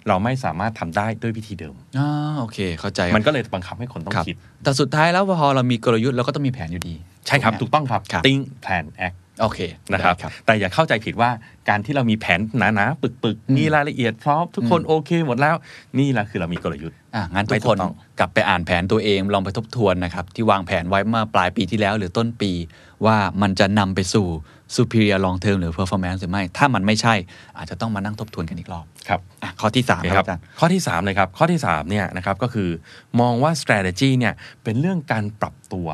Speaker 4: เราไม่สามารถทำได้ด้วยวิธีเดิม
Speaker 3: อ่าโอเค เข้าใจ
Speaker 4: มันก็เลยบังคับให้คนต้อง
Speaker 3: ครับ
Speaker 4: คิด
Speaker 3: แต่สุดท้ายแล้วพอเรามีกลยุทธ์เราก็ต้องมีแผนอยู่ดี
Speaker 4: ใช่ครับ
Speaker 3: ถู
Speaker 4: ถู
Speaker 3: ก
Speaker 4: ก
Speaker 3: ไหม
Speaker 4: ต้องครับ
Speaker 3: ครับ
Speaker 4: think plan act
Speaker 3: โอเค
Speaker 4: นะครับ
Speaker 3: ได้
Speaker 4: แต่อย่าเข้าใจผิดว่าการที่เรามีแผนหนาๆ ปึกๆ มีรายละเอียดพร้อมทุกคนโอเคหมดแล้ว นี่แหละคือเรามีกลยุทธ์
Speaker 3: อ่ะงั้นทุ
Speaker 4: ไม่
Speaker 3: ก
Speaker 4: ถู
Speaker 3: ค
Speaker 4: ก
Speaker 3: น
Speaker 4: ต้อง
Speaker 3: กลับไปอ่านแผนตัวเองลองไปทบทวนนะครับ ที่วางแผนไว้เมื่อปลายปีที่แล้วหรือต้นปี ว่ามันจะนำไปสู่ superior long term หรือ performance หรือไม่ ถ้ามันไม่ใช่ อาจจะต้องมานั่งทบทวนกันอีกรอบ
Speaker 4: ครับ
Speaker 3: อ่ะข้อที่สามครับอาจารย์
Speaker 4: ข้อที่3เลยครับ ข้อที่3เนี่ยนะครับก็คือมองว่า strategy เนี่ยเป็นเรื่องการปรับตัว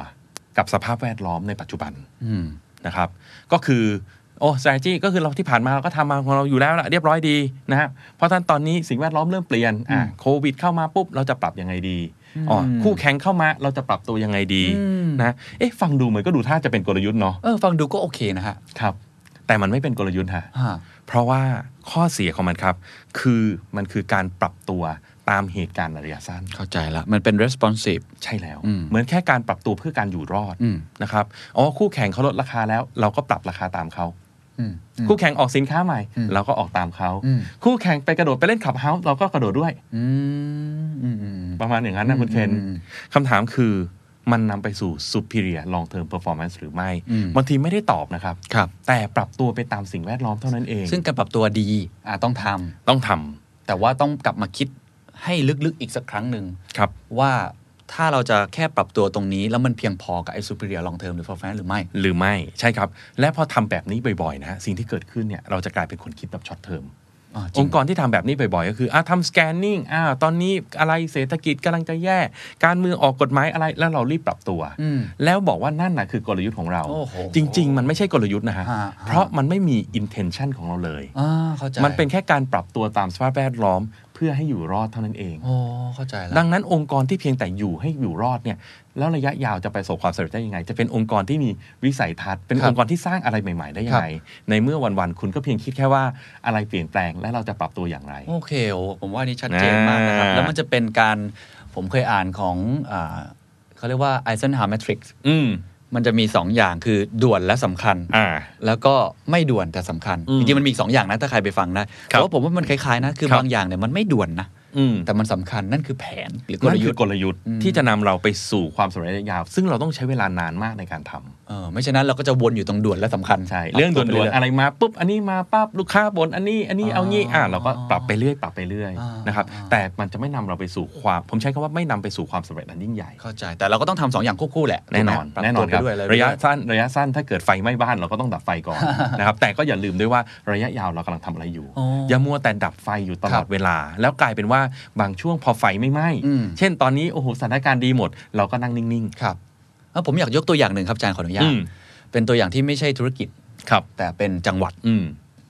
Speaker 4: กับสภาพแวดล้อมในปัจจุบัน
Speaker 3: อืม
Speaker 4: นะครับ ก็คือโอ้ strategy ก็คือเราที่ผ่านมาเราก็ทำมาของเราอยู่แล้วละเรียบร้อยดีนะครับเพราะฉะนั้นตอนนี้สิ่งแวดล้อมเริ่มเปลี่ยนอ่ะโควิดเข้ามาปุ๊บเราจะปรับยังไงดีอ๋อคู่แข่งเข้ามาเราจะปรับตัวยังไงดีนะเอ๊ะฟังดูเหมือนก็ดูท่าจะเป็นกลยุทธ์เนาะ
Speaker 3: เออฟังดูก็โอเคนะฮะ
Speaker 4: ครับ แต่มันไม่เป็นกลยุทธ์ฮะ
Speaker 3: อ่า
Speaker 4: เพราะว่าข้อเสียของมันครับ คือมันคือการปรับตัวตามเหตุการณ์ระยะสั้น
Speaker 3: เข้าใจละมันเป็น responsive
Speaker 4: ใช่แล้ว
Speaker 3: อืม
Speaker 4: เหมือนแค่การปรับตัวเพื่อการอยู่รอด
Speaker 3: อืม
Speaker 4: นะครับอ๋อคู่แข่งเขาลดราคาแล้ว เราก็ปรับราคาตามเขา
Speaker 3: อืม
Speaker 4: คู่แข่งออกสินค้าใหม่ เราก็ออกตามเขา
Speaker 3: อืม
Speaker 4: คู่แข่งไปกระโดดไปเล่นขับเฮาส์เราก็กระโดดด้วย
Speaker 3: อืมอืมอืม
Speaker 4: ประมาณอย่างนั้นนะคุณเคน
Speaker 3: อืมอืม
Speaker 4: คำถามคือมันนำไปสู่ superior long term performance หรือไม่
Speaker 3: อืม
Speaker 4: บางทีไม่ได้ตอบนะครับ
Speaker 3: ครับ
Speaker 4: แต่ปรับตัวไปตามสิ่งแวดล้อมเท่านั้นเอง
Speaker 3: ซึ่งการปรับตัวดีอ่ะต้องทำ
Speaker 4: ต้องทำ
Speaker 3: แต่ว่าต้องกลับมาคิดให้ลึกๆอีกสักครั้งหนึ่ง
Speaker 4: ครับ
Speaker 3: ว่าถ้าเราจะแค่ปรับตัวตรงนี้ แล้วมันเพียงพอกับไอ้ superior long term หรือ performance หรือไม่
Speaker 4: หรือไม่ใช่ครับ และพอทำแบบนี้บ่อยๆนะฮะสิ่งที่เกิดขึ้นเนี่ยเราจะกลายเป็นคนคิดแบบช็อตเทอม
Speaker 3: อ่าจ
Speaker 4: อ
Speaker 3: ริ
Speaker 4: ง
Speaker 3: ง
Speaker 4: ค์กรที่ทำแบบนี้บ่อยๆ ก็คืออ่ะทำสแกนนิ่งอ่าตอนนี้อะไรเศรษฐกิจกำลังจะแย่ การเมืองออกกฎหมายอะไรแล้วเรารีบปรับตัว
Speaker 3: อืม
Speaker 4: แล้วบอกว่านั่นนะคือกลยุทธ์ของเรา
Speaker 3: โอ้โห
Speaker 4: จริง ๆ มันไม่ใช่กลยุทธ์นะฮะ
Speaker 3: ฮะ
Speaker 4: เพราะมันไม่มี intention ของเราเลย
Speaker 3: อ่าเข้าใจ
Speaker 4: มันเป็นแค่การปรับตัวตามสภาพแวดล้อม เพื่อให้อยู่รอดเท่านั้นเอง
Speaker 3: โอ้เข้าใจแล้ว
Speaker 4: ดังนั้นองค์กรที่เพียงแต่อยู่ให้อยู่รอดเนี่ยแล้วระยะยาวจะไประสบความสำเร็จได้ยังไง จะเป็นองค์กรที่มีวิสัยทัศน์เป็น
Speaker 3: ครับ
Speaker 4: องค์กรที่สร้างอะไรใหม่ ๆ ได้ยังไง ในเมื่อวันๆคุณก็เพียงคิดแค่ว่าอะไรเปลี่ยนแปลงและเราจะปรับตัวอย่างไร
Speaker 3: โอเคโอ้ผมว่านี่ชัดเจนมากนะครับ
Speaker 4: อ่า
Speaker 3: แล้วมันจะเป็นการผมเคยอ่านของอ่าเขาเรียกว่า Eisenhower Matrix
Speaker 4: อืม
Speaker 3: มันจะมี 2 อย่างคือด่วนและสำคัญ
Speaker 4: อ่า
Speaker 3: แล้วก็ไม่ด่วนแต่สำคัญ
Speaker 4: อืม
Speaker 3: จริงๆ มันมีอีกสองอย่างนะ ถ้าใครไปฟังนะ
Speaker 4: ค
Speaker 3: แต่
Speaker 4: รับ
Speaker 3: ว่าผมว่ามันคล้ายๆนะ คือ
Speaker 4: ครับ
Speaker 3: บางอย่างเนี่ยมันไม่ด่วนนะ
Speaker 4: อืม
Speaker 3: แต่มันสำคัญนั่นคือแผนหรือก
Speaker 4: นั่
Speaker 3: ล
Speaker 4: น
Speaker 3: ยุ
Speaker 4: คื
Speaker 3: ท
Speaker 4: อ
Speaker 3: ธ์
Speaker 4: กลยุทธ์ที่จะนำเราไปสู่ความสำเร็จระยะยาว ซึ่งเราต้องใช้เวลานานมากในการทำ
Speaker 3: เออไม่ฉะนั้นเราก็จะวนอยู่ตรงด่วนและสำคัญ
Speaker 4: ใช่เรื่องด่วนๆอะไรมาปุ๊บอันนี้มาปั๊บลูกค้าบ่นอันนี้อันนี้เอางี้อ่าเราก็ปรับไปเรื่อยปรับไปเรื่อยนะครับแต่มันจะไม่นำเราไปสู่ความผมใช้คำว่าไม่นำไปสู่ความสำเร็จอันยิ่งใหญ่
Speaker 3: เข้าใจแต่เราก็ต้องทำสองอย่างควบคู่แหละ
Speaker 4: แน่นอน
Speaker 3: ถูกไหม
Speaker 4: แน่นอน
Speaker 3: ปบ
Speaker 4: ครับ
Speaker 3: ตัวไปด้วยอ
Speaker 4: ระยะ
Speaker 3: ไไปด้ว
Speaker 4: สั้นระยะสั้นถ้าเกิดไฟไหม้บ้านเราก็ต้องดับไฟ
Speaker 3: (laughs)
Speaker 4: ก่อน นะครับแต่ก็อย่าลืมด้วยว่าระยะยาวเรากำลังทำอะไรอยู่
Speaker 3: อ๋อ
Speaker 4: อย่ามัวแต่ดับไฟอยู่ตลอด
Speaker 3: ครับ
Speaker 4: เวลา แล้วกลายเป็นว่าบางช่วงพอไฟไม่ไหม้
Speaker 3: อืม
Speaker 4: เช่นตอนนี้โอ้โหสถานการณ์ดีหมด เราก็นั่งนิ่ง
Speaker 3: ครับเอ้าผมอยากยกตัวอย่างหนึ่งครับอาจารย์ขออนุญา
Speaker 4: อื
Speaker 3: ต
Speaker 4: ม
Speaker 3: เป็นตัวอย่างที่ไม่ใช่ธุรกิจ
Speaker 4: ๆ ครับ
Speaker 3: แต่เป็นจังหวัด
Speaker 4: อืม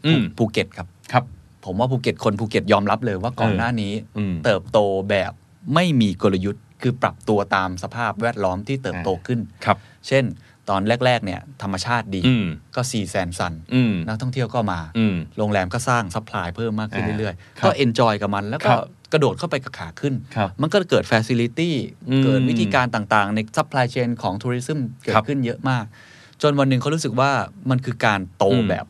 Speaker 4: อืม
Speaker 3: ภูเก็ตครับ
Speaker 4: ครับ
Speaker 3: ผมว่าภูเก็ตคนภูเก็ตยอมรับเลยว่าก่อน
Speaker 4: เออ
Speaker 3: หน้านี้
Speaker 4: อืม
Speaker 3: เติบโตแบบไม่มีกลยุทธ์ คือปรับตัวตามสภาพแวดล้อมที่เติบโต
Speaker 4: อ่า
Speaker 3: ขึ้น
Speaker 4: ครับ
Speaker 3: เช่น ตอนแรก ๆ เนี่ยธรรมชาติดี
Speaker 4: อืม
Speaker 3: ก็ซีแซนซัน
Speaker 4: อืม
Speaker 3: นักท่องเที่ยวก็มา
Speaker 4: อืม
Speaker 3: โรงแรมก็สร้างซัพพลายเพิ่มมากขึ้น
Speaker 4: อ่า
Speaker 3: เรื่อย
Speaker 4: ครั
Speaker 3: ๆ
Speaker 4: บ
Speaker 3: ก็เอนจอยกับมัน แล้ว
Speaker 4: ค
Speaker 3: ก็
Speaker 4: รับ
Speaker 3: กระโดดเข้าไปกับขาขึ้น
Speaker 4: ครับ
Speaker 3: มันก็เกิด f ฟ c ิลิตี้
Speaker 4: อืม
Speaker 3: เกิดวิธีการต่างๆ ในซัพพลายเชนของทัวริซึมเกิ
Speaker 4: ครั
Speaker 3: ด
Speaker 4: บ
Speaker 3: ขึ้นเยอะมาก จนวันหนึ่งเขารู้สึกว่ามันคือการโต
Speaker 4: อืม
Speaker 3: แบบ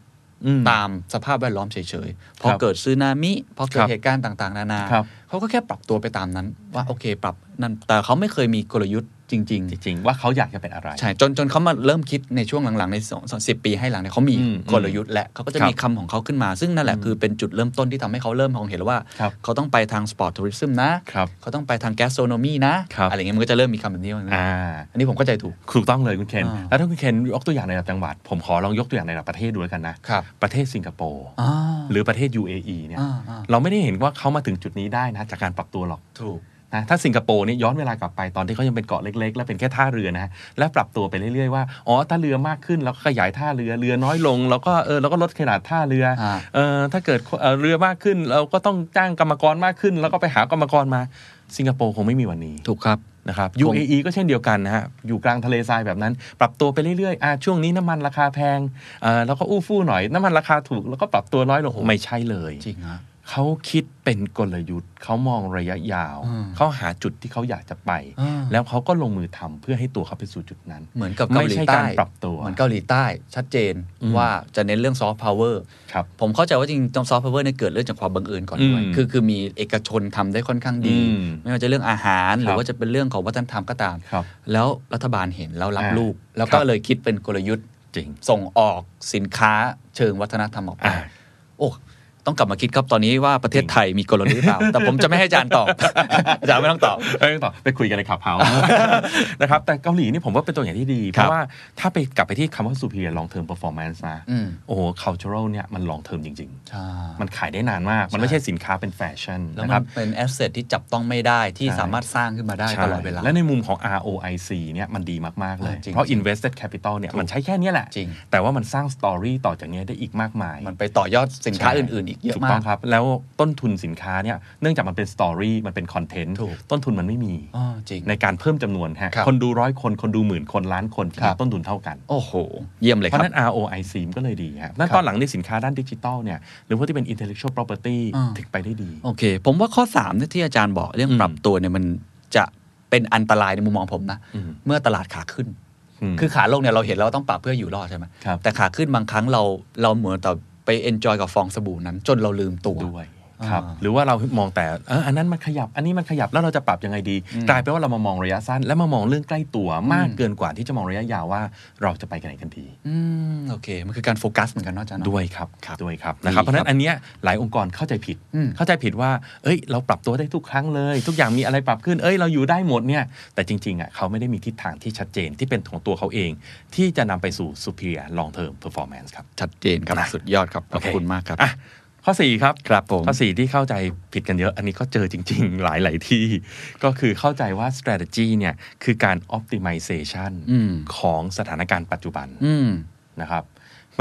Speaker 4: อืม
Speaker 3: ตามสภาพแวดล้อมเฉยๆ พอ
Speaker 4: ครับ
Speaker 3: เกิดซึนามิ พอเกิด
Speaker 4: ครับ
Speaker 3: เหตุการณ์ต่างๆ นานา
Speaker 4: ครับ
Speaker 3: เขาก็แค่ปรับตัวไปตามนั้น ว่าโอเค ปรับนั่นแต่เขาไม่เคยมีกลยุทธ์จริง
Speaker 4: จริงๆ ว่าเขาอยากจะเป็นอะไร
Speaker 3: ๆ ใช่จนจนเขามาเริ่มคิดในช่วงหลัง ๆ ในสองสิบปีให้หลังเนี่ยเขามี
Speaker 4: อืม
Speaker 3: กลยุทธ์และเขาก็จะ
Speaker 4: ครับ
Speaker 3: มีคำของเขาขึ้นมา ซึ่งนั่นแหละคือเป็นจุดเริ่มต้นที่ทำให้เขาเริ่มมองเห็นแล้วว่า
Speaker 4: ครับ
Speaker 3: เขาต้องไปทางสปอร์ตทัวริซึมนะ
Speaker 4: ครับ
Speaker 3: เขาต้องไปทางแกสโซโนมีนะครับ อะไรเงี้ยมันก็จะเริ่มมีคำแบบนี้มา
Speaker 4: อ่า
Speaker 3: อันนี้ผมเข้าใจถูก
Speaker 4: ถูกต้องเลยคุณเคน
Speaker 3: อ่า
Speaker 4: แล้วถ้าคุณเคนยกตัวอย่างในระดับจังหวัด ผมขอลองยกตัวอย่างในระดับประเทศดูแล้วกันนะ
Speaker 3: ครับ
Speaker 4: ประเทศสิงคโปร์
Speaker 3: อ่า
Speaker 4: หรือประเทศ UAE เนี่ย
Speaker 3: อ่าอ่า
Speaker 4: เราไม่ได้เห็นว่าเขามาถึงจุดนี้ได้นะจากการปรับตัวหรอก
Speaker 3: ถูก
Speaker 4: นะถ้าสิงคโปร์เนี่ยย้อนเวลากลับไปตอนที่เขายังเป็นเกาะเล็ก ๆ และเป็นแค่ท่าเรือนะฮะและปรับตัวไปเรื่อยๆว่าอ๋อถ้าเรือมากขึ้นเราก็ขยายท่าเรือเรือน้อยลง แล้วก็เออเราก็ลดขนาดท่าเรือ
Speaker 3: อ่า
Speaker 4: เออถ้าเกิดเอ่อเรือมากขึ้น เราก็ต้องจ้างกรรมกรมากขึ้น แล้วก็ไปหากรรมกรมา สิงคโปร์คงไม่มีวันนี้
Speaker 3: ถูกครับ
Speaker 4: นะครับ
Speaker 3: คง
Speaker 4: UAE ก็เช่นเดียวกันนะฮะอยู่กลางทะเลทรายแบบนั้น ปรับตัวไปเรื่อยๆอ่ะช่วงนี้น้ำมันราคาแพงเออเราก็อู้ฟู่หน่อยน้ำมันราคาถูกแล้วก็ปรับตัวน้อยลงไม่ใช่เลย
Speaker 3: จริงนะ
Speaker 4: เขาคิดเป็นกลยุทธ์ เขามองระยะยาว
Speaker 3: อืม
Speaker 4: เขาหาจุดที่เขาอยากจะไป
Speaker 3: อ่า
Speaker 4: แล้วเขาก็ลงมือทำเพื่อให้ตัวเขาไปสู่จุดนั้น
Speaker 3: เหมือนกับเกาหลีใต้
Speaker 4: ไม่ใช่การปรับตัว
Speaker 3: เหมือนเกาหลีใต้ชัดเจน
Speaker 4: อืม
Speaker 3: ว่าจะเน้นเรื่องซอฟต์พาวเวอร์
Speaker 4: ครับ
Speaker 3: ผมเข้าใจว่าจริงๆซอฟต์พาวเวอร์เนี่ยเกิดเรื่องจากความบังเอิญก่อนด้วย
Speaker 4: อืม
Speaker 3: คือคือมีเอกชนทำได้ค่อนข้างดี
Speaker 4: อืม
Speaker 3: ไม่ว่าจะเรื่องอาหาร
Speaker 4: ครับ
Speaker 3: หรือว่าจะเป็นเรื่องของวัฒนธรรมก็ตาม
Speaker 4: ครับ
Speaker 3: แล้วรัฐบาลเห็นแล้วรับ
Speaker 4: อ่า
Speaker 3: ลูก แล้วก็
Speaker 4: ครับ
Speaker 3: เลยคิดเป็นกลยุทธ์
Speaker 4: จริง
Speaker 3: ส่งออกสินค้าเชิงวัฒนธรรมออกไป
Speaker 4: อ่า
Speaker 3: โอ้ ต้องกลับมาคิดครับตอนนี้ว่าประเทศไทยมีกลยุทธ์หรือเป
Speaker 4: (laughs)
Speaker 3: ล่า แต่ผมจะไม่ให้อาจารย์ตอบ (laughs) อาจารย์ไม่ต้องตอบ
Speaker 4: เอ้ยต่อไปคุยกันในขับเฮา
Speaker 3: (laughs)
Speaker 4: นะครับแต่เกาหลีนี่ผมว่าเป็นตัวอย่างที่ดี เพ
Speaker 3: ครับ
Speaker 4: ราะว่าถ้าไปกลับไปที่คำว่า superior long term performance นะ
Speaker 3: อืม
Speaker 4: โอ้โห cultural เนี่ยมัน long term จริง
Speaker 3: ใช่
Speaker 4: ๆ มันขายได้นานมาก มันไม่ใช่สินค้าเป็นแฟชั่น
Speaker 3: แล้ว
Speaker 4: นะค
Speaker 3: มั
Speaker 4: รั
Speaker 3: น
Speaker 4: บ
Speaker 3: เป็นแอสเซทที่จับต้องไม่ได้ที่
Speaker 4: ใช่
Speaker 3: สามารถสร้างขึ้นมาได้
Speaker 4: ใช่
Speaker 3: ตลอดเวลา
Speaker 4: และในมุมของ ROIC เนี่ยมันดีมาก ๆ เลย
Speaker 3: อ่าจริง
Speaker 4: เพราะ
Speaker 3: จริง
Speaker 4: invested capital เนี่ยมันใช้แค่เนี้ยแหละ
Speaker 3: จริง
Speaker 4: แต่ว่ามันสร้างสตอรี่ต่อจากเนี้ยได้อีกมากมาย
Speaker 3: มันไปต่อยอดสินค้า
Speaker 4: ใช่
Speaker 3: อื่น ๆ อีกเยอะ
Speaker 4: ถูก
Speaker 3: มาก
Speaker 4: ต้องครับ แล้วต้นทุนสินค้าเนี่ยเนื่องจากมันเป็นสตอรี่มันเป็นคอนเทนต์
Speaker 3: ถูก
Speaker 4: ต้นทุนมันไม่มี
Speaker 3: อ๋อจริง
Speaker 4: ในการเพิ่มจำนวนฮะ
Speaker 3: ครับ
Speaker 4: คนดูร้อยคนคนดูหมื่นคนล้านคนที่
Speaker 3: ครั
Speaker 4: มี
Speaker 3: บ
Speaker 4: ต้นทุนเท่ากัน
Speaker 3: โอ้โห เยี่ยมเลยค
Speaker 4: เพ
Speaker 3: รั
Speaker 4: ราะ
Speaker 3: บ
Speaker 4: ฉะนั้น ROIC มันก็เลยดีครับนั่
Speaker 3: ค
Speaker 4: น
Speaker 3: รับ
Speaker 4: ตอนหลังในสินค้าด้านดิจิตอลเนี่ยหรือว่าที่เป็น intellectual property
Speaker 3: อ่า
Speaker 4: ถึงไปได้ดี
Speaker 3: โอเค ผมว่าข้อ3เนี่ยที่อาจารย์บอกเรื่อง
Speaker 4: อืม
Speaker 3: ปรับตัวเนี่ยมันจะเป็นอันตรายในมุมมองผมนะ
Speaker 4: อืม
Speaker 3: เมื่อตลาดขาขึ้น
Speaker 4: ม
Speaker 3: คือขาลงเนี่ยเราเห็นแล้วว่าต้องปรับเพื่ออยู่รอดใช่ไหม
Speaker 4: ครับ
Speaker 3: แต่ขาขึ้นบางครั้งเราเราเหมือนแต่ไปเอนจอยกับฟองสบู่นั้น จนเราลืมตัว
Speaker 4: ด้วยครับ
Speaker 3: อ่า
Speaker 4: หรือว่าเรามองแต่เอออันนั้นมันขยับ อันนี้มันขยับแล้วเราจะปรับยังไงดี กลายเป็นว่าเรามามองระยะสั้น และมามองเรื่องใกล้ตัวมาก
Speaker 3: อืม
Speaker 4: เกินกว่าที่จะมองระยะยาวว่าเราจะไปกันไหนกันดี
Speaker 3: อืมโอเค มันคือการโฟกัสเหมือนกันเนาะอาจารย์เนอะ
Speaker 4: ด้วยครับ
Speaker 3: ครับ
Speaker 4: ด้วยครับนะครับ
Speaker 3: ดี
Speaker 4: เพราะฉะ
Speaker 3: ค
Speaker 4: นั้
Speaker 3: รับ
Speaker 4: นอันเนี้ยหลายองค์กรเข้าใจผิด
Speaker 3: อืม
Speaker 4: เข้าใจผิดว่า เอ้ย เราปรับตัวได้ทุกครั้งเลย ทุกอย่างมีอะไรปรับขึ้นเอ้ยเราอยู่ได้หมดเนี่ยแต่จริงๆอ่ะเขาไม่ได้มีทิศทางที่ชัดเจนที่เป็นของตัวเขาเอง ที่จะนำไปสู่ superior long term performance ครับ
Speaker 3: ชัดเจนครับ
Speaker 4: นะ
Speaker 3: สุดยอดครับขอบคุณมากครับ
Speaker 4: อ่ะข้อ4ครับ
Speaker 3: ครับผม
Speaker 4: ข้อสี่ที่เข้าใจผิดกันเยอะ อันนี้ก็เจอจริง ๆ (laughs) หลาย ๆ ที่ ก็คือเข้าใจว่า strategy เนี่ย คือการ optimization
Speaker 3: อืม
Speaker 4: ของสถานการณ์ปัจจุบัน
Speaker 3: อืม
Speaker 4: นะครับ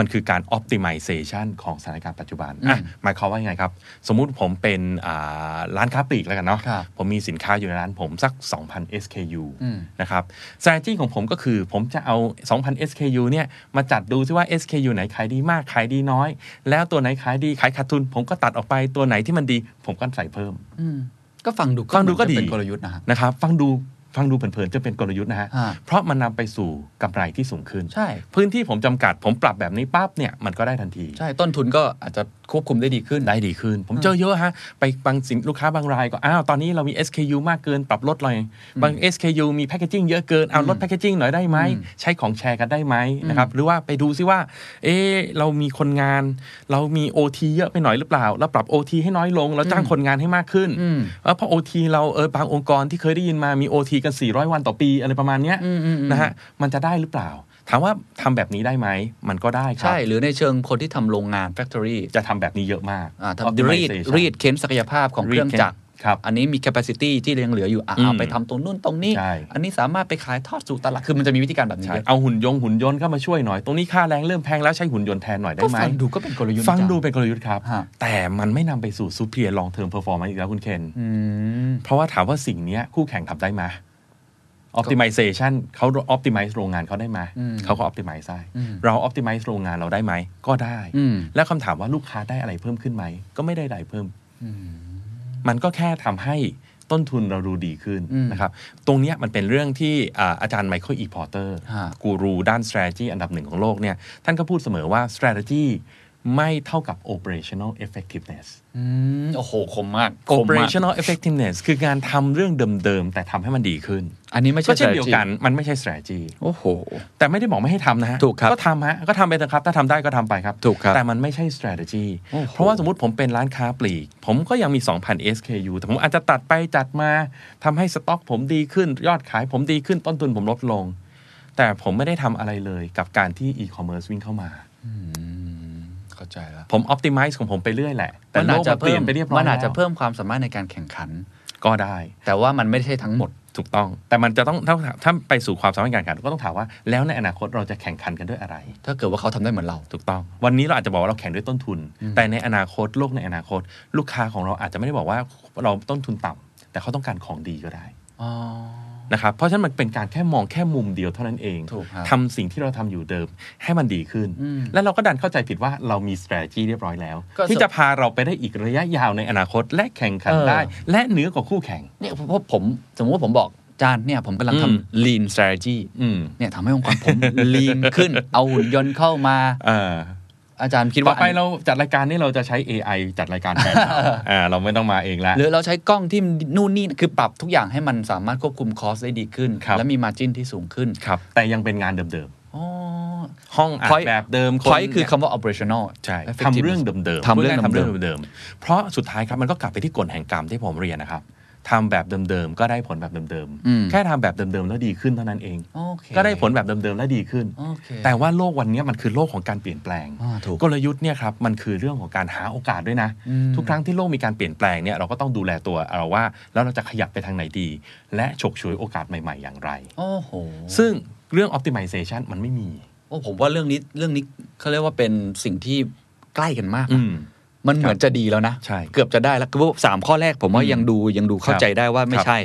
Speaker 4: มันคือการ optimization ของสถานการณ์ปัจจุบันอ่ะ
Speaker 3: อืม
Speaker 4: หมายความว่ายังไงครับ สมมุติผมเป็นอ่าร้านค้าปลีกแล้วกันเนาะ
Speaker 3: ครับ
Speaker 4: ผมมีสินค้าอยู่ในร้านผมสัก 2,000 SKU
Speaker 3: อืม
Speaker 4: นะครับ strategy ของผมก็คือผมจะเอา 2,000 SKU เนี่ย มาจัดดูซิว่า SKU ไหนขายดีมาก ขายดีน้อย แล้วตัวไหนขายดี ขายขาดทุน ผมก็ตัดออกไป ตัวไหนที่มันดี ผมก็ใส่เพิ่ม
Speaker 3: อืมก็ฟังดู
Speaker 4: ฟังดูก็ดี
Speaker 3: เหมือนจะเป็นกลยุทธ์นะฮะ
Speaker 4: นะครับ ฟังดู ฟังดูเผินๆ จะเป็นกลยุทธ์นะฮะ
Speaker 3: อ่า
Speaker 4: เพราะมันนำไปสู่กำไรที่สูงขึ้น
Speaker 3: ใช่
Speaker 4: พื้นที่ผมจำกัด ผมปรับแบบนี้ปั๊บเนี่ย มันก็ได้ทันที
Speaker 3: ใช่ต้นทุนก็อาจจะควบคุมได้ดีขึ้น
Speaker 4: ได้ดีขึ้น ผมเจอเยอะฮะ ไปบางสินลูกค้าบางรายก็ อ้าว ตอนนี้เรามี SKU มากเกิน ปรับลดหน่อย บาง SKU มีแพ c เกจิ้งเยอะเกิน เอาลดแพ c เกจิ้งหน่อยได้ไหม ใช้ของแชร์กันได้ไหมนะครับ หรือว่าไปดูซิว่า เอ๊ะเรามีคนงาน เรามี OT เยอะไปหน่อยหรือเปล่า เราปรับ OT ให้น้อยลง เราจ้างคนงานให้มากขึ้น
Speaker 3: อืม
Speaker 4: เออเพราะ OT เราเออบางองค์กรที่เคยได้ยินมามี OT กัน 400 วันต่อปีอะไรประมาณเนี้ย
Speaker 3: อืมอืมอืม
Speaker 4: นะฮะ มันจะได้หรือเปล่า ถามว่าทำแบบนี้ได้ไหม มันก็ได้ครับ
Speaker 3: ใช่ หรือในเชิงคนที่ทำโรงงาน factory
Speaker 4: จะทำแบบนี้เยอะมาก
Speaker 3: อ่าทำรีด
Speaker 4: Optimization
Speaker 3: รีดเค้นศักยภาพของเครื่องจักร
Speaker 4: ครับ
Speaker 3: อันนี้มี capacity ที่ยังเหลืออยู่อ่ะเอา
Speaker 4: อืม
Speaker 3: ไปทำตรงนู่นตรงนี้
Speaker 4: ใช่
Speaker 3: อันนี้สามารถไปขายทอดสู่ตลาด คือมันจะมีวิธีการแบบนี้
Speaker 4: ใช่
Speaker 3: เยอะ
Speaker 4: เอาหุ่นยงหุ่นยนต์เข้ามาช่วยหน่อย ตรงนี้ค่าแรงเริ่มแพงแล้วใช้หุ่นยนต์แทนหน่อยได้
Speaker 3: ก็
Speaker 4: ไหม
Speaker 3: ฟังดูก็เป็นกลยุทธ์
Speaker 4: ฟังดู
Speaker 3: เหมือนกัน
Speaker 4: เป็นกลยุทธ์ครับ
Speaker 3: ฮะ
Speaker 4: แต่มันไม่นำไปสู่ซูเปียร์ลองเทอมเพอร์ฟอร์มอีกแล้วคุณเคน
Speaker 3: อืม
Speaker 4: เพราะว่าถามว่าสิ่งเนี้ยคู่แข่งทำได้ไหม optimization เขา optimize โรงงานเขาได้ไหม
Speaker 3: อืม
Speaker 4: เขาก็ optimize ได้
Speaker 3: อืม
Speaker 4: เรา optimize โรงงานเราได้ไหม ก็ได้
Speaker 3: อืม
Speaker 4: แล้วคำถามว่าลูกค้าได้อะไรเพิ่มขึ้นไหม ก็ไม่ได้อะไรเพิ่ม มันก็แค่ทำให้ต้นทุนเราดูดีขึ้น
Speaker 3: อืม
Speaker 4: นะครับ ตรงเนี้ยมันเป็นเรื่องที่อ่าอาจารย์ไมเคิลอีพอร์เตอร์
Speaker 3: ฮะ
Speaker 4: กูรูด้าน strategy อันดับหนึ่งของโลกเนี่ย ท่านก็พูดเสมอว่า strategy ไม่เท่ากับ operational effectiveness
Speaker 3: อืมโอ้โหคมมากคมมาก
Speaker 4: operational effectiveness คือการทำเรื่องเดิมๆ แต่ทำให้มันดีขึ้น
Speaker 3: อันนี้ไม่ใช่
Speaker 4: ก็เช่นเดียวกัน
Speaker 3: strategy
Speaker 4: มันไม่ใช่ strategy
Speaker 3: โอ้โห
Speaker 4: แต่ไม่ได้บอกไม่ให้ทำนะฮะ
Speaker 3: ถูกครับ
Speaker 4: ก็ทำฮะ ก็ทำไปเถอะครับ ถ้าทำได้ก็ทำไปครับ
Speaker 3: ถูกครับ
Speaker 4: แต่มันไม่ใช่ strategy
Speaker 3: โอ้โห
Speaker 4: เพราะว่าสมมติผมเป็นร้านค้าปลีก ผมก็ยังมี 2,000 SKU แต่ผมอาจจะตัดไปจัดมาทำให้สต็อกผมดีขึ้น ยอดขายผมดีขึ้นต้นทุนผมลดลง แต่ผมไม่ได้ทำอะไรเลยกับการที่ e-commerce วิ่งเข้ามา
Speaker 3: เข้าใจแล้ว
Speaker 4: ผม optimize ของผมไปเรื่อยแหละ แต่
Speaker 3: มัน
Speaker 4: โล
Speaker 3: อาจ
Speaker 4: ก
Speaker 3: จะ
Speaker 4: มันเป
Speaker 3: เพิ่
Speaker 4: ลี่ย
Speaker 3: ม
Speaker 4: นไปเรียบร้อย
Speaker 3: มันอาจจะ
Speaker 4: แล้ว
Speaker 3: เพิ่มความสามารถในการแข่งขัน
Speaker 4: ก็ได้
Speaker 3: แต่ว่ามันไม่ใช่ทั้งหมด
Speaker 4: ถูกต้อง แต่มันจะต้องถ้าถ้าไปสู่ความสามารถการแข่งขันก็ต้องถามว่า แล้วในอนาคตเราจะแข่งขันกันด้วยอะไร
Speaker 3: ถ้าเกิดว่าเขาทำได้เหมือนเรา
Speaker 4: ถูกต้อง วันนี้เราอาจจะบอกว่าเราแข่งด้วยต้นทุน แต่ในอนาคตโลกในอนาคต ลูกค้าของเราอาจจะไม่ได้บอกว่าเราต้นทุนต่ำแต่เขาต้องการของดีก็ได้
Speaker 3: อ๋อ
Speaker 4: นะครับ เพราะฉะนั้นมันเป็นการแค่มองแค่มุมเดียวเท่านั้นเอง
Speaker 3: ถูกครับ
Speaker 4: ทำสิ่งที่เราทำอยู่เดิมให้มันดีขึ้น
Speaker 3: อืม
Speaker 4: และเราก็ดันเข้าใจผิดว่าเรามี strategy เรียบร้อยแล้ว
Speaker 3: ก็
Speaker 4: ที่จะพาเราไปได้อีกระยะยาวในอนาคต และแข่งขัน
Speaker 3: เออ
Speaker 4: ได้ และเหนือกว่าคู่แข่ง
Speaker 3: เนี่ยเพราะผมสมมติว่าผมบอกจานเนี่ยผมกำลัง
Speaker 4: อืม
Speaker 3: ทำ lean strategy
Speaker 4: อืม
Speaker 3: เนี่ยทำให้องค์กรผม lean ขึ้น เอาหุ่นยนต์เข้ามา
Speaker 4: เอ่า
Speaker 3: อาจารย์คิด
Speaker 4: ต่อ
Speaker 3: ว่า
Speaker 4: ไปเราจัดรายการนี่เราจะใช้ AI จัดรายการแทนเรา อ่าเราไม่ต้องมาเองละ
Speaker 3: หรือเราใช้กล้องที่นู่นนี่คือปรับทุกอย่างให้มันสามารถควบคุมคอสได้ดีขึ้น
Speaker 4: ครับ
Speaker 3: และมีมาจินที่สูงขึ้น
Speaker 4: ครับ แต่ยังเป็นงานเดิม
Speaker 3: อ๋อ
Speaker 4: ๆ ห้องอัด
Speaker 3: Point
Speaker 4: แบบเดิม
Speaker 3: พอยคือ
Speaker 4: เนี่ย
Speaker 3: คำว่า operational
Speaker 4: ใช่ทำ
Speaker 3: effectiveness
Speaker 4: เรื่องเดิมๆ
Speaker 3: ทำเรื่อง
Speaker 4: พูดง่ายๆทำ
Speaker 3: เดิ
Speaker 4: เรื่อง
Speaker 3: ม
Speaker 4: เดิมๆเพราะสุดท้ายครับมันก็กลับไปที่กฎแห่งกรรมที่ผมเรียนนะครับทำแบบเดิมๆก็ได้ผลแบบเดิม
Speaker 3: อืม
Speaker 4: ๆแค่ทำแบบเดิมๆแล้วดีขึ้นเท่านั้นเอง
Speaker 3: โอเค
Speaker 4: ก็ได้ผลแบบเดิมๆแล้วดีขึ้น
Speaker 3: โอเค
Speaker 4: แต่ว่าโลกวันนี้มันคือโลกของการเปลี่ยนแปลง
Speaker 3: อ่าถูก
Speaker 4: กลยุทธ์เนี่ยครับมันคือเรื่องของการหาโอกาสด้วยนะ
Speaker 3: อืม
Speaker 4: ทุกครั้งที่โลกมีการเปลี่ยนแปลงเนี่ยเราก็ต้องดูแลตัวเราว่า แล้วเราจะขยับไปทางไหนดี และฉกฉวยโอกาสใหม่ ๆ อย่างไร
Speaker 3: โอ้โห
Speaker 4: ซึ่งเรื่อง optimization มันไม่มี
Speaker 3: โอ้ผมว่าเรื่องนี้เรื่องนี้เขาเรียกว่าเป็นสิ่งที่ใกล้กันมากนะ
Speaker 4: อืม
Speaker 3: มันเหมือนจะดีแล้วนะ
Speaker 4: ใช่
Speaker 3: เกือบจะได้แล้วคือสามข้อแรกผมว่า
Speaker 4: อืม
Speaker 3: ยังดูยังดูเข้า
Speaker 4: ครับ
Speaker 3: ใจได้ว่าไม่
Speaker 4: ครับ
Speaker 3: ใช่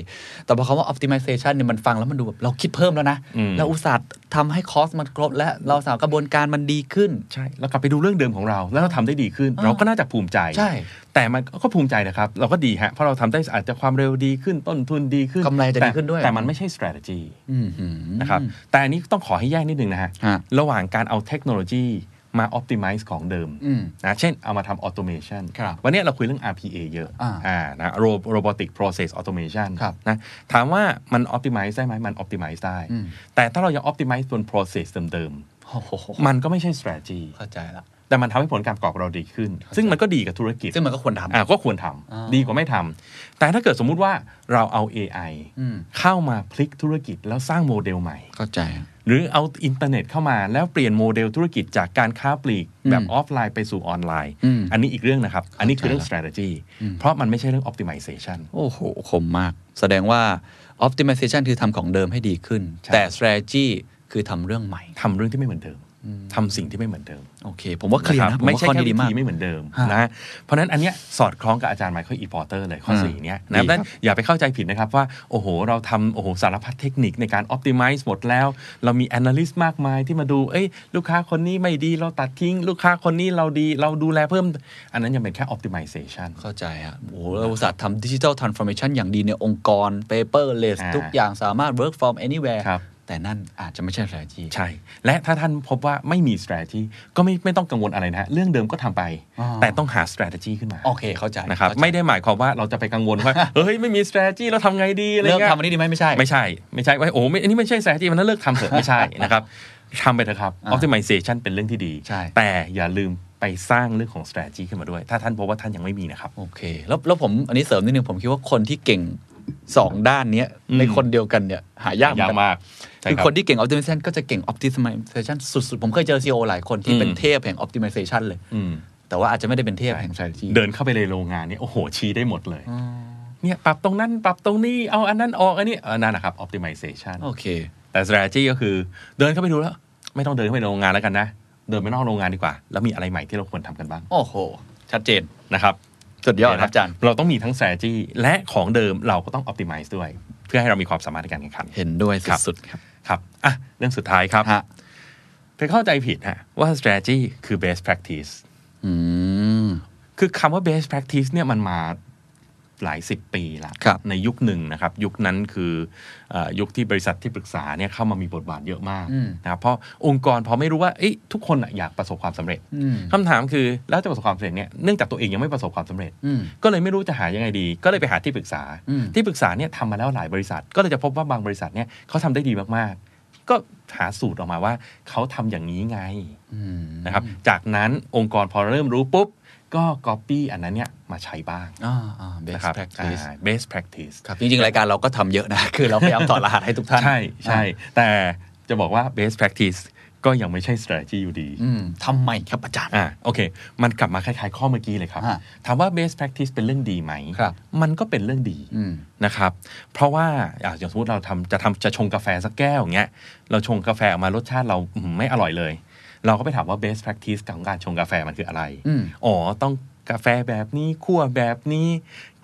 Speaker 3: แต่พอคำว่า optimization เนี่ยมันฟังแล้วมันดูแบบเราคิดเพิ่มแล้วนะ
Speaker 4: อืม
Speaker 3: เราอุตส่าห์ทำให้คอสมันครบและเราสามกระบวนการมันดีขึ้น
Speaker 4: ใช่เรากลับไปดูเรื่องเดิมของเรา แล้วเราทำได้ดีขึ้น เราก็น่าจะภูมิใจ
Speaker 3: ใช่
Speaker 4: แต่มันก็ภูมิใจนะครับ เราก็ดีฮะเพราะเราทำได้อาจจะความเร็วดีขึ้นต้นทุนดีขึ้น
Speaker 3: กำไรจะ
Speaker 4: แต่
Speaker 3: ดีขึ้นด้วย
Speaker 4: แต่มันไม่ใช่ strategy
Speaker 3: อื้อหือ
Speaker 4: นะครับแต่อันนี้ต้องขอให้แยกนิดนึงนะฮะ
Speaker 3: ฮะ
Speaker 4: ระหว่างการเอาเทคโนโลยีมา optimize ของเดิม
Speaker 3: อืม
Speaker 4: นะเช่นเอามาทำ automation
Speaker 3: ครับ
Speaker 4: วันนี้เราคุยเรื่อง RPA เยอะ
Speaker 3: อ่า
Speaker 4: อ่านะ Ro- robotic process automation
Speaker 3: ครับ
Speaker 4: นะถามว่ามัน optimize ได้ไหมมัน optimize ได้
Speaker 3: อืม
Speaker 4: แต่ถ้าเรายัง optimize บน process เดิม
Speaker 3: โอ้โห
Speaker 4: ๆ มันก็ไม่ใช่ strategy
Speaker 3: เข้าใจละ
Speaker 4: แต่มันทำให้ผลการประกอบเราดีขึ้น
Speaker 3: เข้าใจ
Speaker 4: ซึ่งมันก็ดีกับธุรกิจ
Speaker 3: ซึ่งมันก็ควรทำ
Speaker 4: อ่าก็ควรทำ
Speaker 3: อ่า
Speaker 4: ดีกว่าไม่ทำแต่ถ้าเกิดสมมุติว่าเราเอา AI
Speaker 3: อืม
Speaker 4: เข้ามาพลิกธุรกิจแล้วสร้างโมเดลใหม่
Speaker 3: เข้าใจ
Speaker 4: หรือเอาอินเทอร์เน็ตเข้ามาแล้วเปลี่ยนโมเดลธุรกิจจากการค้าปลีก
Speaker 3: อืม
Speaker 4: แบบออฟไลน์ไปสู่ออนไลน์
Speaker 3: อืม
Speaker 4: อันนี้อีกเรื่องนะครับ อันนี้คือเรื่อง
Speaker 3: เข้าใจ
Speaker 4: strategy เพราะมันไม่ใช่เรื่อง optimization
Speaker 3: โอ้โห คมมาก แสดงว่า optimization คือทำของเดิมให้ดีขึ้น
Speaker 4: ใช่
Speaker 3: แต่ strategy คือทำเรื่องใหม่
Speaker 4: ทำเรื่องที่ไม่เหมือนเดิมทำสิ่งที่ไม่เหมือนเดิม
Speaker 3: โอเค ผมว่าเคลียร์
Speaker 4: นะค
Speaker 3: นะ
Speaker 4: บ
Speaker 3: ผว่า
Speaker 4: ไม่ใช่
Speaker 3: ข้อ
Speaker 4: แค่
Speaker 3: นี้ดี
Speaker 4: วิ
Speaker 3: มาก
Speaker 4: ธีไม่เหมือนเดิม
Speaker 3: ฮะ
Speaker 4: นะเพราะฉะนั้นอันเนี้ยสอดคล้องกับอาจารย์ไมเคิลอีพอร์เตอร์เลยข้อ
Speaker 3: อ่า
Speaker 4: สี่เนี้ย
Speaker 3: ดี
Speaker 4: นะเพราะฉะนั้
Speaker 3: ครั
Speaker 4: น
Speaker 3: บ
Speaker 4: อย่าไปเข้าใจผิดนะครับว่า โอ้โห เราทำโอ้โหสารพัดเทคนิคในการ optimize หมดแล้ว เรามี analyst มากมายที่มาดูเอ้ยลูกค้าคนนี้ไม่ดีเราตัดทิ้ง ลูกค้าคนนี้เราดีเราดูแลเพิ่ม อันนั้นยังเป็นแค่ optimization
Speaker 3: เข้าใจฮะโอ้โหเราอุตสาห์ทำดิจิทัลทรานส์ฟอร์เมชันอย่างดีในองค์กร paperless
Speaker 4: อ่า
Speaker 3: ทุกอย่างสามารถ work from anywhere
Speaker 4: ครับ
Speaker 3: แต่นั่นอาจจะไม่ใช่ strategy
Speaker 4: ใช่ และถ้าท่านพบว่าไม่มี strategy ก็ไม่ไม่ต้องกังวลอะไรนะฮะเรื่องเดิมก็ทำไป
Speaker 3: อ่า
Speaker 4: แต่ต้องหา strategy ขึ้นมา
Speaker 3: โอเค เข้าใจ
Speaker 4: นะครับ
Speaker 3: เข้าใจ
Speaker 4: ไม่ได้หมายความว่าเราจะไปกังวลว่า เฮ้ย ไม่มี strategy เราทำไงดีอะไร
Speaker 3: เลิก
Speaker 4: เงี้ย
Speaker 3: ทำอันนี้ดีไหมไม่ใช่
Speaker 4: ไม่ใช่ ไม่ใช่ว่าโอ้ไม่อันนี้ไม่ใช่ strategy มันน่าเลิกทำเถอะ
Speaker 3: (laughs)
Speaker 4: ไม่ใช่ นะครับทำไปเถอะครับ
Speaker 3: อ่า
Speaker 4: optimization เป็นเรื่องที่ดี
Speaker 3: ใช่
Speaker 4: แต่อย่าลืมไปสร้างเรื่องของ strategy ขึ้นมาด้วย ถ้าท่านพบว่าท่านยังไม่มีนะครับ
Speaker 3: โอเค แล้วแล้วผมอันนี้เสริมนิดนึงผมคิดว่าคนที่เก่งสองด้านเนี้ยในคนเดียวกันเนี่ยหายากเหมือน
Speaker 4: ยาก
Speaker 3: น
Speaker 4: มากใช่
Speaker 3: คือ
Speaker 4: รับ
Speaker 3: คนที่เก่ง optimization ก็จะเก่ง optimization สุด ๆ ผมเคยเจอ CEO หลายคนที่
Speaker 4: อืม
Speaker 3: เป็นเทพแห่ง optimization เลย
Speaker 4: อืม
Speaker 3: แต่ว่าอาจจะไม่ได้เป็นเทพแห่ง strategy
Speaker 4: เดินเข้าไปในโรงงานเนี่ยโอ้โห ชี้ได้หมดเลย เนี่ย ปรับตรงนั้น ปรับตรงนี้ เอาอันนั้นออก อันนี้เออนั่นนะครับ optimization
Speaker 3: โอเค
Speaker 4: แต่ strategy ก็คือเดินเข้าไปดูแล้ว ไม่ต้องเดินเข้าไปในโรงงานแล้วกันนะ เดินไปนอกโรงงานดีกว่า แล้วมีอะไรใหม่ที่เราควรทำกันบ้าง
Speaker 3: โอ้โห ชัดเจน
Speaker 4: นะครับ
Speaker 3: สุดยอดครับอาจารย์
Speaker 4: เราต้องมีทั้ง strategy และของเดิมเราก็ต้อง optimize ด้วย เพื่อให้เรามีความสามารถในการแข่งขัน
Speaker 3: เห็นด้วย
Speaker 4: ครับ
Speaker 3: สุดๆครับ
Speaker 4: ครับอ่ะเรื่องสุดท้ายครับ
Speaker 3: ฮะ
Speaker 4: ไปเข้าใจผิดฮะว่า strategy คือ best practice
Speaker 3: อืม
Speaker 4: คือคำว่า best practice เนี่ยมันมา หลายสิบปีละ
Speaker 3: ครับ
Speaker 4: ในยุคหนึ่งนะครับ ยุคนั้นคือเออยุคที่บริษัทที่ปรึกษาเนี่ยเข้ามามีบทบาทเยอะมาก
Speaker 3: อืม
Speaker 4: นะครับเพราะองค์กรพอไม่รู้ว่าเอ๊ะทุกคนน่ะอยากประสบความสำเร็จ
Speaker 3: อืม
Speaker 4: คำถามคือแล้วจะประสบความสำเร็จเนี่ยเนื่องจากตัวเองยังไม่ประสบความสำเร็จ
Speaker 3: อืม
Speaker 4: ก็เลยไม่รู้จะหายังไงดี ก็เลยไปหาที่ปรึกษา
Speaker 3: อืม
Speaker 4: ที่ปรึกษาเนี่ยทำมาแล้วหลายบริษัท ก็เลยจะพบว่าบางบริษัทเนี่ยเขาทำได้ดีมากๆ ก็หาสูตรออกมาว่าเขาทำอย่างนี้ไง
Speaker 3: อืม
Speaker 4: นะครับ จากนั้นองค์กรพอเริ่มรู้ปุ๊บ ก็ copy อันนั้นเนี่ยมาใช้บ้าง
Speaker 3: อ่าอ่า best
Speaker 4: นะครับ
Speaker 3: practice
Speaker 4: อ่า best practice
Speaker 3: ครับ จริงๆ รายการเราก็ทำเยอะนะ (laughs) คือเราพยายามถอดรหัสให้ทุกท่าน
Speaker 4: ใช่ใช่แต่จะบอกว่า best practice ก็ยังไม่ใช่ strategy อยู่ดี
Speaker 3: อืมทำไมครับอาจารย์
Speaker 4: อ่าโอเค มันกลับมาคล้ายๆข้อเมื่อกี้เลยครับ
Speaker 3: ฮะ
Speaker 4: ถามว่า best practice เป็นเรื่องดีไหม
Speaker 3: ครับ
Speaker 4: มันก็เป็นเรื่องดี
Speaker 3: อืม
Speaker 4: นะครับ เพราะว่าอ่ะอย่างสมมติเราทำจะทำจะชงกาแฟสักแก้วอย่างเงี้ย เราชงกาแฟออกมารสชาติเราอืมไม่อร่อยเลย เราก็ไปถามว่า best practice ของการชงกาแฟมันคืออะไร
Speaker 3: อืม
Speaker 4: อ๋อ ต้องกาแฟแบบนี้คั่วแบบนี้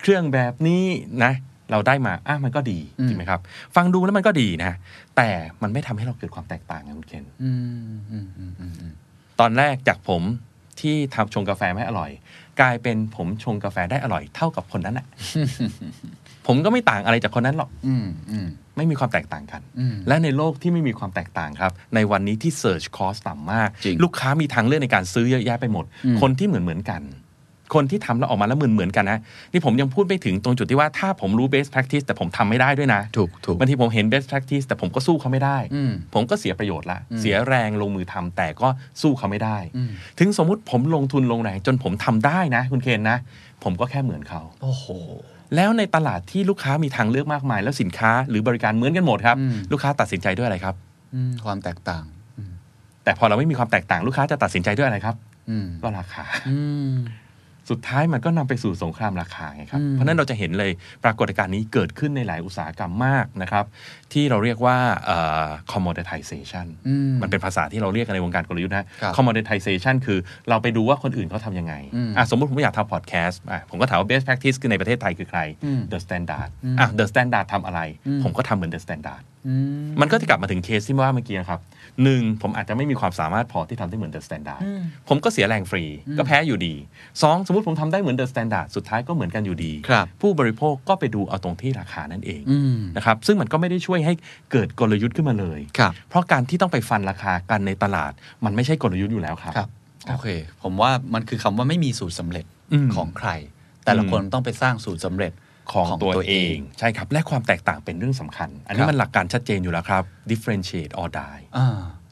Speaker 4: เครื่องแบบนี้นะ เราได้มา อ่ะ มันก็ดี
Speaker 3: อืม
Speaker 4: ใช่ไหมครับ ฟังดูแล้วมันก็ดีนะ แต่มันไม่ทำให้เราเกิดความแตกต่างไงคุณเคน
Speaker 3: อืมอืมอืมอืมอืม
Speaker 4: ตอนแรกจากผมที่ทำชงกาแฟไม่อร่อย กลายเป็นผมชงกาแฟได้อร่อยเท่ากับคน
Speaker 3: (laughs)
Speaker 4: นั้นแหละ ผมก็ไม่ต่างอะไรจากคนนั้นหรอก
Speaker 3: อืมอืม
Speaker 4: ไม่มีความแตกต่างกัน
Speaker 3: อืม
Speaker 4: และในโลกที่ไม่มีความแตกต่างครับ ในวันนี้ที่เซิร์ชคอสต่ำมาก
Speaker 3: จริง
Speaker 4: ลูกค้ามีทางเลือกในการซื้อเยอะแยะไปหมด
Speaker 3: อืม
Speaker 4: คนที่เหมือนเหมือนๆกัน คนที่ทำแล้วออกมาแล้วเหมือนเหมือนๆกันนะ นี่ผมยังพูดไม่ถึงตรงจุดที่ว่าถ้าผมรู้ best practice แต่ผมทำไม่ได้ด้วยนะ
Speaker 3: ถูกถูก
Speaker 4: บางทีผมเห็น best practice แต่ผมก็สู้เขาไม่ได้
Speaker 3: อืม
Speaker 4: ผมก็เสียประโยชน์ละ
Speaker 3: อืม
Speaker 4: เสียแรงลงมือทำแต่ก็สู้เขาไม่ได้
Speaker 3: อืม
Speaker 4: ถึงสมมุติผมลงทุนลงแรงจนผมทำได้นะ คุณเคนนะ ผมก็แค่เหมือนเขา
Speaker 3: โอ้โห
Speaker 4: แล้วในตลาดที่ลูกค้ามีทางเลือกมากมาย แล้วสินค้าหรือบริการเหมือนกันหมดครับ
Speaker 3: อืม
Speaker 4: ลูกค้าตัดสินใจด้วยอะไรครับ
Speaker 3: อืมความแตกต่างอืม
Speaker 4: แต่พอเราไม่มีความแตกต่างลูกค้าจะตัดสินใจด้วยอะไรครับ
Speaker 3: อืม
Speaker 4: ก็ราค (laughs) า
Speaker 3: อืม
Speaker 4: สุดท้ายมันก็นำไปสู่สงครามราคาไงครับ
Speaker 3: อืม
Speaker 4: เพราะฉะนั้นเราจะเห็นเลยปรากฏการณ์นี้เกิดขึ้นในหลายอุตสาหกรรมมากนะครับ ที่เราเรียกว่าเอ่อ commoditization
Speaker 3: อืม
Speaker 4: มันเป็นภาษาที่เราเรียกกันในวงการกลยุทธ์นะ
Speaker 3: ครับ
Speaker 4: commoditization คือเราไปดูว่าคนอื่นเขาทำยังไง
Speaker 3: อืม
Speaker 4: อ่ะสมมติผมอยากทำ podcast อ่ะผมก็ถามว่า best practice คือในประเทศไทยคือใคร
Speaker 3: อืม
Speaker 4: the standard
Speaker 3: อืม
Speaker 4: อ่ะ the standard ทำอะไร
Speaker 3: อืม
Speaker 4: ผมก็ทำเหมือน the standard
Speaker 3: อื
Speaker 4: มันก็จะกลับมาถึงเคสที่ว่าเมื่อกี้ครับหนึ่งผมอาจจะไม่มีความสามารถพอที่ทำได้เหมือน the standard
Speaker 3: อืม
Speaker 4: ผมก็เสียแรงฟรี
Speaker 3: อืม
Speaker 4: ก็แพ้อยู่ดีสองสมมติผมทำได้เหมือน the standard สุดท้ายก็เหมือนกันอยู่ดี
Speaker 3: ครับ
Speaker 4: ผู้บริโภคก็ไปดูเอาตรงที่ราคานั่นเอง
Speaker 3: อืม
Speaker 4: นะครับซึ่งมันก็ไม่ได้ช่วยให้เกิดกลยุทธ์ขึ้นมาเลย
Speaker 3: ครับ
Speaker 4: เพราะการที่ต้องไปฟันราคากันในตลาด มันไม่ใช่กลยุทธ์อยู่แล้วครับ
Speaker 3: ครับ โอเค ผมว่ามันคือคำว่าไม่มีสูตรสำเร็จ
Speaker 4: อืม
Speaker 3: ของใคร แต่ละ
Speaker 4: อืม
Speaker 3: คนต้องไปสร้างสูตรสำเร็จ
Speaker 4: ของ
Speaker 3: ของตั
Speaker 4: ตัวว
Speaker 3: เอ
Speaker 4: เอง ง ใช่ครับ และความแตกต่างเป็นเรื่องสำคัญ อัน
Speaker 3: ค
Speaker 4: นี้
Speaker 3: รับ
Speaker 4: มันหลักการชัดเจนอยู่แล้วครับ differentiate or die
Speaker 3: อ่า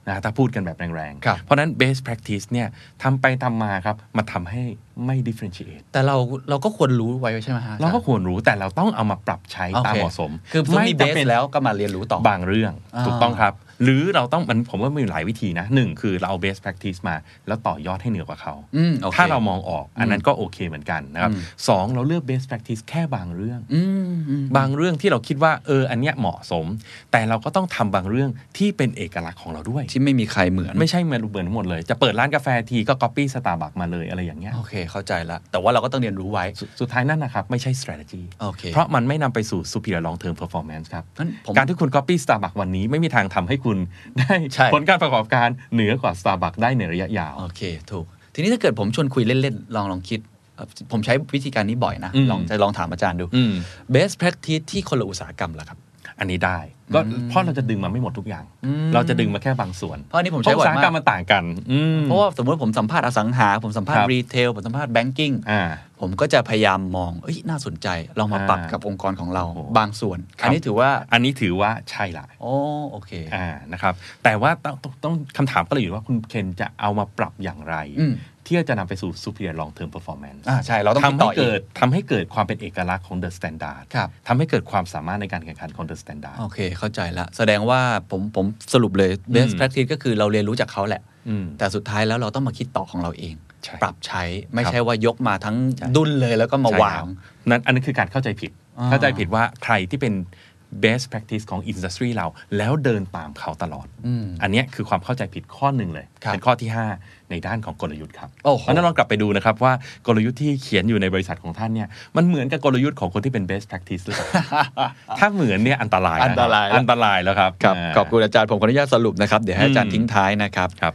Speaker 4: นะถ้าพูดกันแบบแรง
Speaker 3: ครับ
Speaker 4: ๆ เพราะฉะนั้น best practice เนี่ยทำไปทำมาครับมาทำให้ไม่ differentiate
Speaker 3: แต่เราเราก็ควรรู้ไว้ใช่ไหมฮะ
Speaker 4: เราก็ควรรู้แต่เราต้องเอามาปรับใช้
Speaker 3: โอ
Speaker 4: ตาม
Speaker 3: ค
Speaker 4: เหมาะสม
Speaker 3: คือไม่เบ
Speaker 4: จำ
Speaker 3: สแล้วก็มาเรียนรู้ต่อ
Speaker 4: บางเรื่อง
Speaker 3: อ่า
Speaker 4: ถูกต้องครับ หรือเราต้องมันผมว่ามีหลายวิธีนะหนึ่งคือเราเอา best practice มา แล้วต่อยอดให้เหนือกว่าเขา
Speaker 3: อืมโอค
Speaker 4: ถ้าเรามองออกอันนั้นก็โอเคเหมือนกันนะครับ
Speaker 3: อืม
Speaker 4: สองเราเลือก best practice แค่บางเรื่อง
Speaker 3: อืมอืม
Speaker 4: บางเรื่องที่เราคิดว่าเอออันเนี้ยเหมาะสม แต่เราก็ต้องทำบางเรื่องที่เป็นเอกลักษณ์ของเราด้วย
Speaker 3: ที่ไม่มีใครเหมือน
Speaker 4: ไม่ใช่เหมือนเหมือนหมดเลย จะเปิดร้านกาแฟทีก็ copy สตาร์บัคมาเลยอะไรอย่างเงี้ย
Speaker 3: โอเค เข้าใจละ แต่ว่าเราก็ต้องเรียนรู้ไว้
Speaker 4: สสุดท้ายนั่นนะครับ ไม่ใช่ strategy
Speaker 3: โอเค
Speaker 4: เพราะมันไม่นำไปสู่ superior long term performance ครับ
Speaker 3: งั้นผม
Speaker 4: การที่คุณ copy Starbucks วันนี้ไม่มีทางทำให้คุณได้
Speaker 3: ใช่
Speaker 4: ผลการประกอบการเหนือกว่า Starbucks ได้ในระยะยาว
Speaker 3: โอเค ถูก ทีนี้ถ้าเกิดผมชวนคุยเล่น ๆ ลองลองคิดเอ่อผมใช้วิธีการนี้บ่อยนะ
Speaker 4: อืม
Speaker 3: ลองจะลองถามอาจารย์ดู
Speaker 4: อืม
Speaker 3: best practice ที่คนละอุตสาหกรรมล่ะครับ
Speaker 4: อันนี้ได้ก็เพราะเราจะดึงมาไม่หมดทุกอย่าง
Speaker 3: อืม
Speaker 4: เราจะดึงมาแค่บางส่วน
Speaker 3: เพราะอันนี้ผมใช้บ่
Speaker 4: อุ
Speaker 3: อย
Speaker 4: ตสาห
Speaker 3: มาก
Speaker 4: รรม
Speaker 3: ก
Speaker 4: มันต่างกันอืม
Speaker 3: เพราะว่าสมมติผมสัมภาษณ์อสังหา ผมสัมภาษ
Speaker 4: ครั
Speaker 3: ณ์
Speaker 4: บ
Speaker 3: รีเทลผมสัมภาษณ์แบงกิ้ง
Speaker 4: อ่า
Speaker 3: ผมก็จะพยายามมองเอ้ยน่าสนใจลองมา
Speaker 4: อ่า
Speaker 3: ปรับกับองค์กรของเรา
Speaker 4: โอ้โห
Speaker 3: บางส่วน
Speaker 4: ครับ
Speaker 3: อันนี้ถือว่า
Speaker 4: อันนี้ถือว่าใช่ละ
Speaker 3: โอ้โอเค
Speaker 4: อ่านะครับแต่ว่าต้องต้องต้องคำถามก็เลยอยู่ว่าคุณเคนจะเอามาปรับอย่างไร
Speaker 3: อืม
Speaker 4: ที่จะนำไปสู่ superior long term performance
Speaker 3: อ่าใช่เราต้องคิ
Speaker 4: ทำ
Speaker 3: ดต่อ
Speaker 4: ให้
Speaker 3: อี
Speaker 4: เกิดทำให้เกิดความเป็นเอกลักษณ์ของ the standard
Speaker 3: ครับ
Speaker 4: ทำให้เกิดความสามารถในการแข่งขันของ the standard
Speaker 3: โอเคเข้าใจละแสดงว่าผมผมสรุปเลย best
Speaker 4: อืม
Speaker 3: practice ก็คือเราเรียนรู้จากเขาแหละ
Speaker 4: อืม
Speaker 3: แต่สุดท้ายแล้วเราต้องมาคิดต่อของเราเอง
Speaker 4: ใช่
Speaker 3: ปรับใช้ไม่
Speaker 4: ครับ
Speaker 3: ใช่ว่ายกมาทั้ง
Speaker 4: ใช่
Speaker 3: ดุนเลยแล้วก็มา
Speaker 4: ใช่
Speaker 3: วาง
Speaker 4: ครับนั่นอันนั้นคือการเข้าใจผิด
Speaker 3: อ่า
Speaker 4: เข้าใจผิดว่าใครที่เป็น best practice ของ industry เรา แล้วเดินตามเขาตลอด
Speaker 3: อืม
Speaker 4: อันเนี้ยคือความเข้าใจผิดข้อหนึ่งเลย
Speaker 3: ครับ
Speaker 4: เป็นข้อที่ 5 ในด้านของกลยุทธ์ครับ เพ
Speaker 3: โอ้โห
Speaker 4: ราะฉะนั้นลองกลับไปดูนะครับว่ากลยุทธ์ที่เขียนอยู่ในบริษัทของท่านเนี่ยมันเหมือนกับกลยุทธ์ของคนที่เป็น best practice หรือเปล่า ถ้าเหมือนเนี่ยอันตราย
Speaker 3: อันตรายแล้ว
Speaker 4: อันตรายแล้วครับ
Speaker 3: ครับ
Speaker 4: า
Speaker 3: ขอบคุณอาจารย์ผมขออนุญาตสรุปนะครับ เดี๋ยวให้อาจารย์
Speaker 4: อืม
Speaker 3: ทิ้งท้ายนะครับ
Speaker 4: ครับ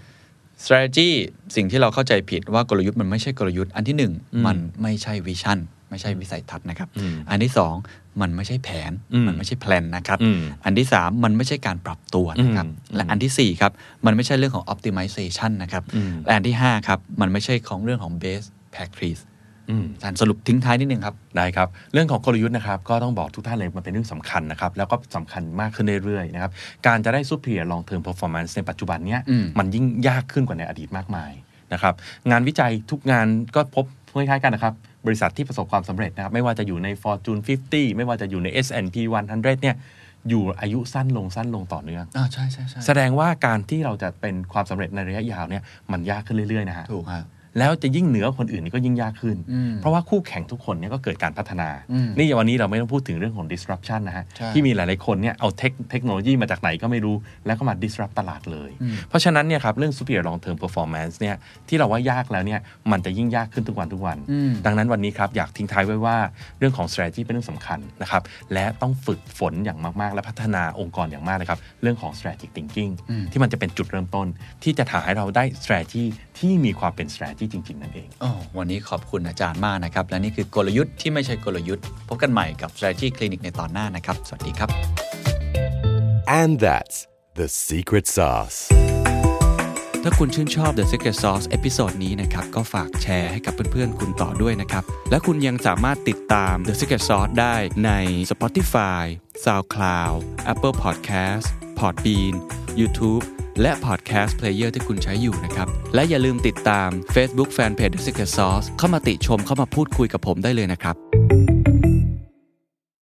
Speaker 3: strategy สิ่งที่เราเข้าใจผิดว่ากลยุทธ์มันไม่ใช่กลยุทธ์อันที่หนึ่ง
Speaker 4: อืม
Speaker 3: มันไม่ใช่วิชั่น ไม่ใช่วิสัยทัศน์นะครับ
Speaker 4: อืม
Speaker 3: อันที่สองมันไม่ใช่แผน
Speaker 4: อืม
Speaker 3: มันไม่ใช่แพลนนะครับ
Speaker 4: อืม
Speaker 3: อันที่สามมันไม่ใช่การปรับตัวนะครับ
Speaker 4: อืม
Speaker 3: และอันที่สี่ครับมันไม่ใช่เรื่องของ optimization นะครับ
Speaker 4: อืม
Speaker 3: และอันที่ห้าครับมันไม่ใช่ของเรื่องของ best practice
Speaker 4: อืม
Speaker 3: อาจารย์สรุปทิ้งท้ายนิดนึงครับ
Speaker 4: ได้ครับ เรื่องของกลยุทธ์นะครับก็ต้องบอกทุกท่านเลยมันเป็นเรื่องสำคัญนะครับ แล้วก็สำคัญมากขึ้นเรื่อยๆนะครับ การจะได้ซูเปอร์ลองเทอมเพอร์ฟอร์แมนซ์ในปัจจุบันเนี้ย
Speaker 3: อืม
Speaker 4: มันยิ่งยากขึ้นกว่าในอดีตมากมายนะครับงานวิจัยทุกงานก็พบคล้ายๆกันนะครับ บริษัทที่ประสบความสำเร็จนะครับ ไม่ว่าจะอยู่ใน Fortune 50 ไม่ว่าจะอยู่ใน S&P 100 เนี่ยอยู่อายุสั้นลงสั้นลงต่อเนื่อง
Speaker 3: ่าใช่ใช่ใช่
Speaker 4: แสดงว่าการที่เราจะเป็นความสำเร็จในระยะยาวเนี่ยมันยากขึ้นเรื่อยๆนะฮะ
Speaker 3: ถูกฮะ
Speaker 4: แล้วจะยิ่งเหนือคนอื่นนี่ก็ยิ่งยากขึ้น
Speaker 3: อืม
Speaker 4: เพราะว่าคู่แข่งทุกคนเนี่ยก็เกิดการพัฒนา
Speaker 3: อืม
Speaker 4: นี่วันนี้เราไม่ต้องพูดถึงเรื่องของ disruption นะฮะ
Speaker 3: ใช่
Speaker 4: ที่มีหลายๆคนเนี่ยเอาเทคเทคโนโลยีมาจากไหนก็ไม่รู้ แล้วก็มา disrupt ตลาดเลย
Speaker 3: อืม
Speaker 4: เพราะฉะนั้นเนี่ยครับเรื่อง superior long term performance เนี่ยที่เราว่ายากแล้วเนี่ยมันจะยิ่งยากขึ้นทุกวันทุกวัน
Speaker 3: อืม
Speaker 4: ดังนั้นวันนี้ครับอยากทิ้งท้ายไว้ว่าเรื่องของ strategy เป็นเรื่องสำคัญนะครับและต้องฝึกฝนอย่างมาก ๆ และพัฒนาองค์กรอย่างมากเลยครับเรื่องของ strategic thinking
Speaker 3: อืม
Speaker 4: ที่มันจะเป็นจุดเริ่มต้น ที่จะถ่ายให้เราได้ strategy ที่มีความเป็น strategy จริง ๆ นั่นเอง
Speaker 3: โอ้วันนี้ขอบคุณอาจารย์มากนะครับ และนี่คือกลยุทธ์ที่ไม่ใช่กลยุทธ์ พบกันใหม่กับ Strategy Clinic ในตอนหน้านะครับ สวัสดีครับ
Speaker 1: And that's the secret sauce.
Speaker 3: ถ้าคุณชื่นชอบ The Secret Sauce เอพิโซดนี้นะครับ ก็ฝากแชร์ให้กับเพื่อนๆ คุณต่อด้วยนะครับ และคุณยังสามารถติดตาม The Secret Sauce ได้ใน Spotify SoundCloud Apple Podcast Podbean YouTube และ Podcast Player ที่คุณใช้อยู่นะครับ และอย่าลืมติดตาม Facebook Fanpage The Secret Sauce เข้ามาติชมเข้ามาพูดคุยกับผมได้เลยนะครับ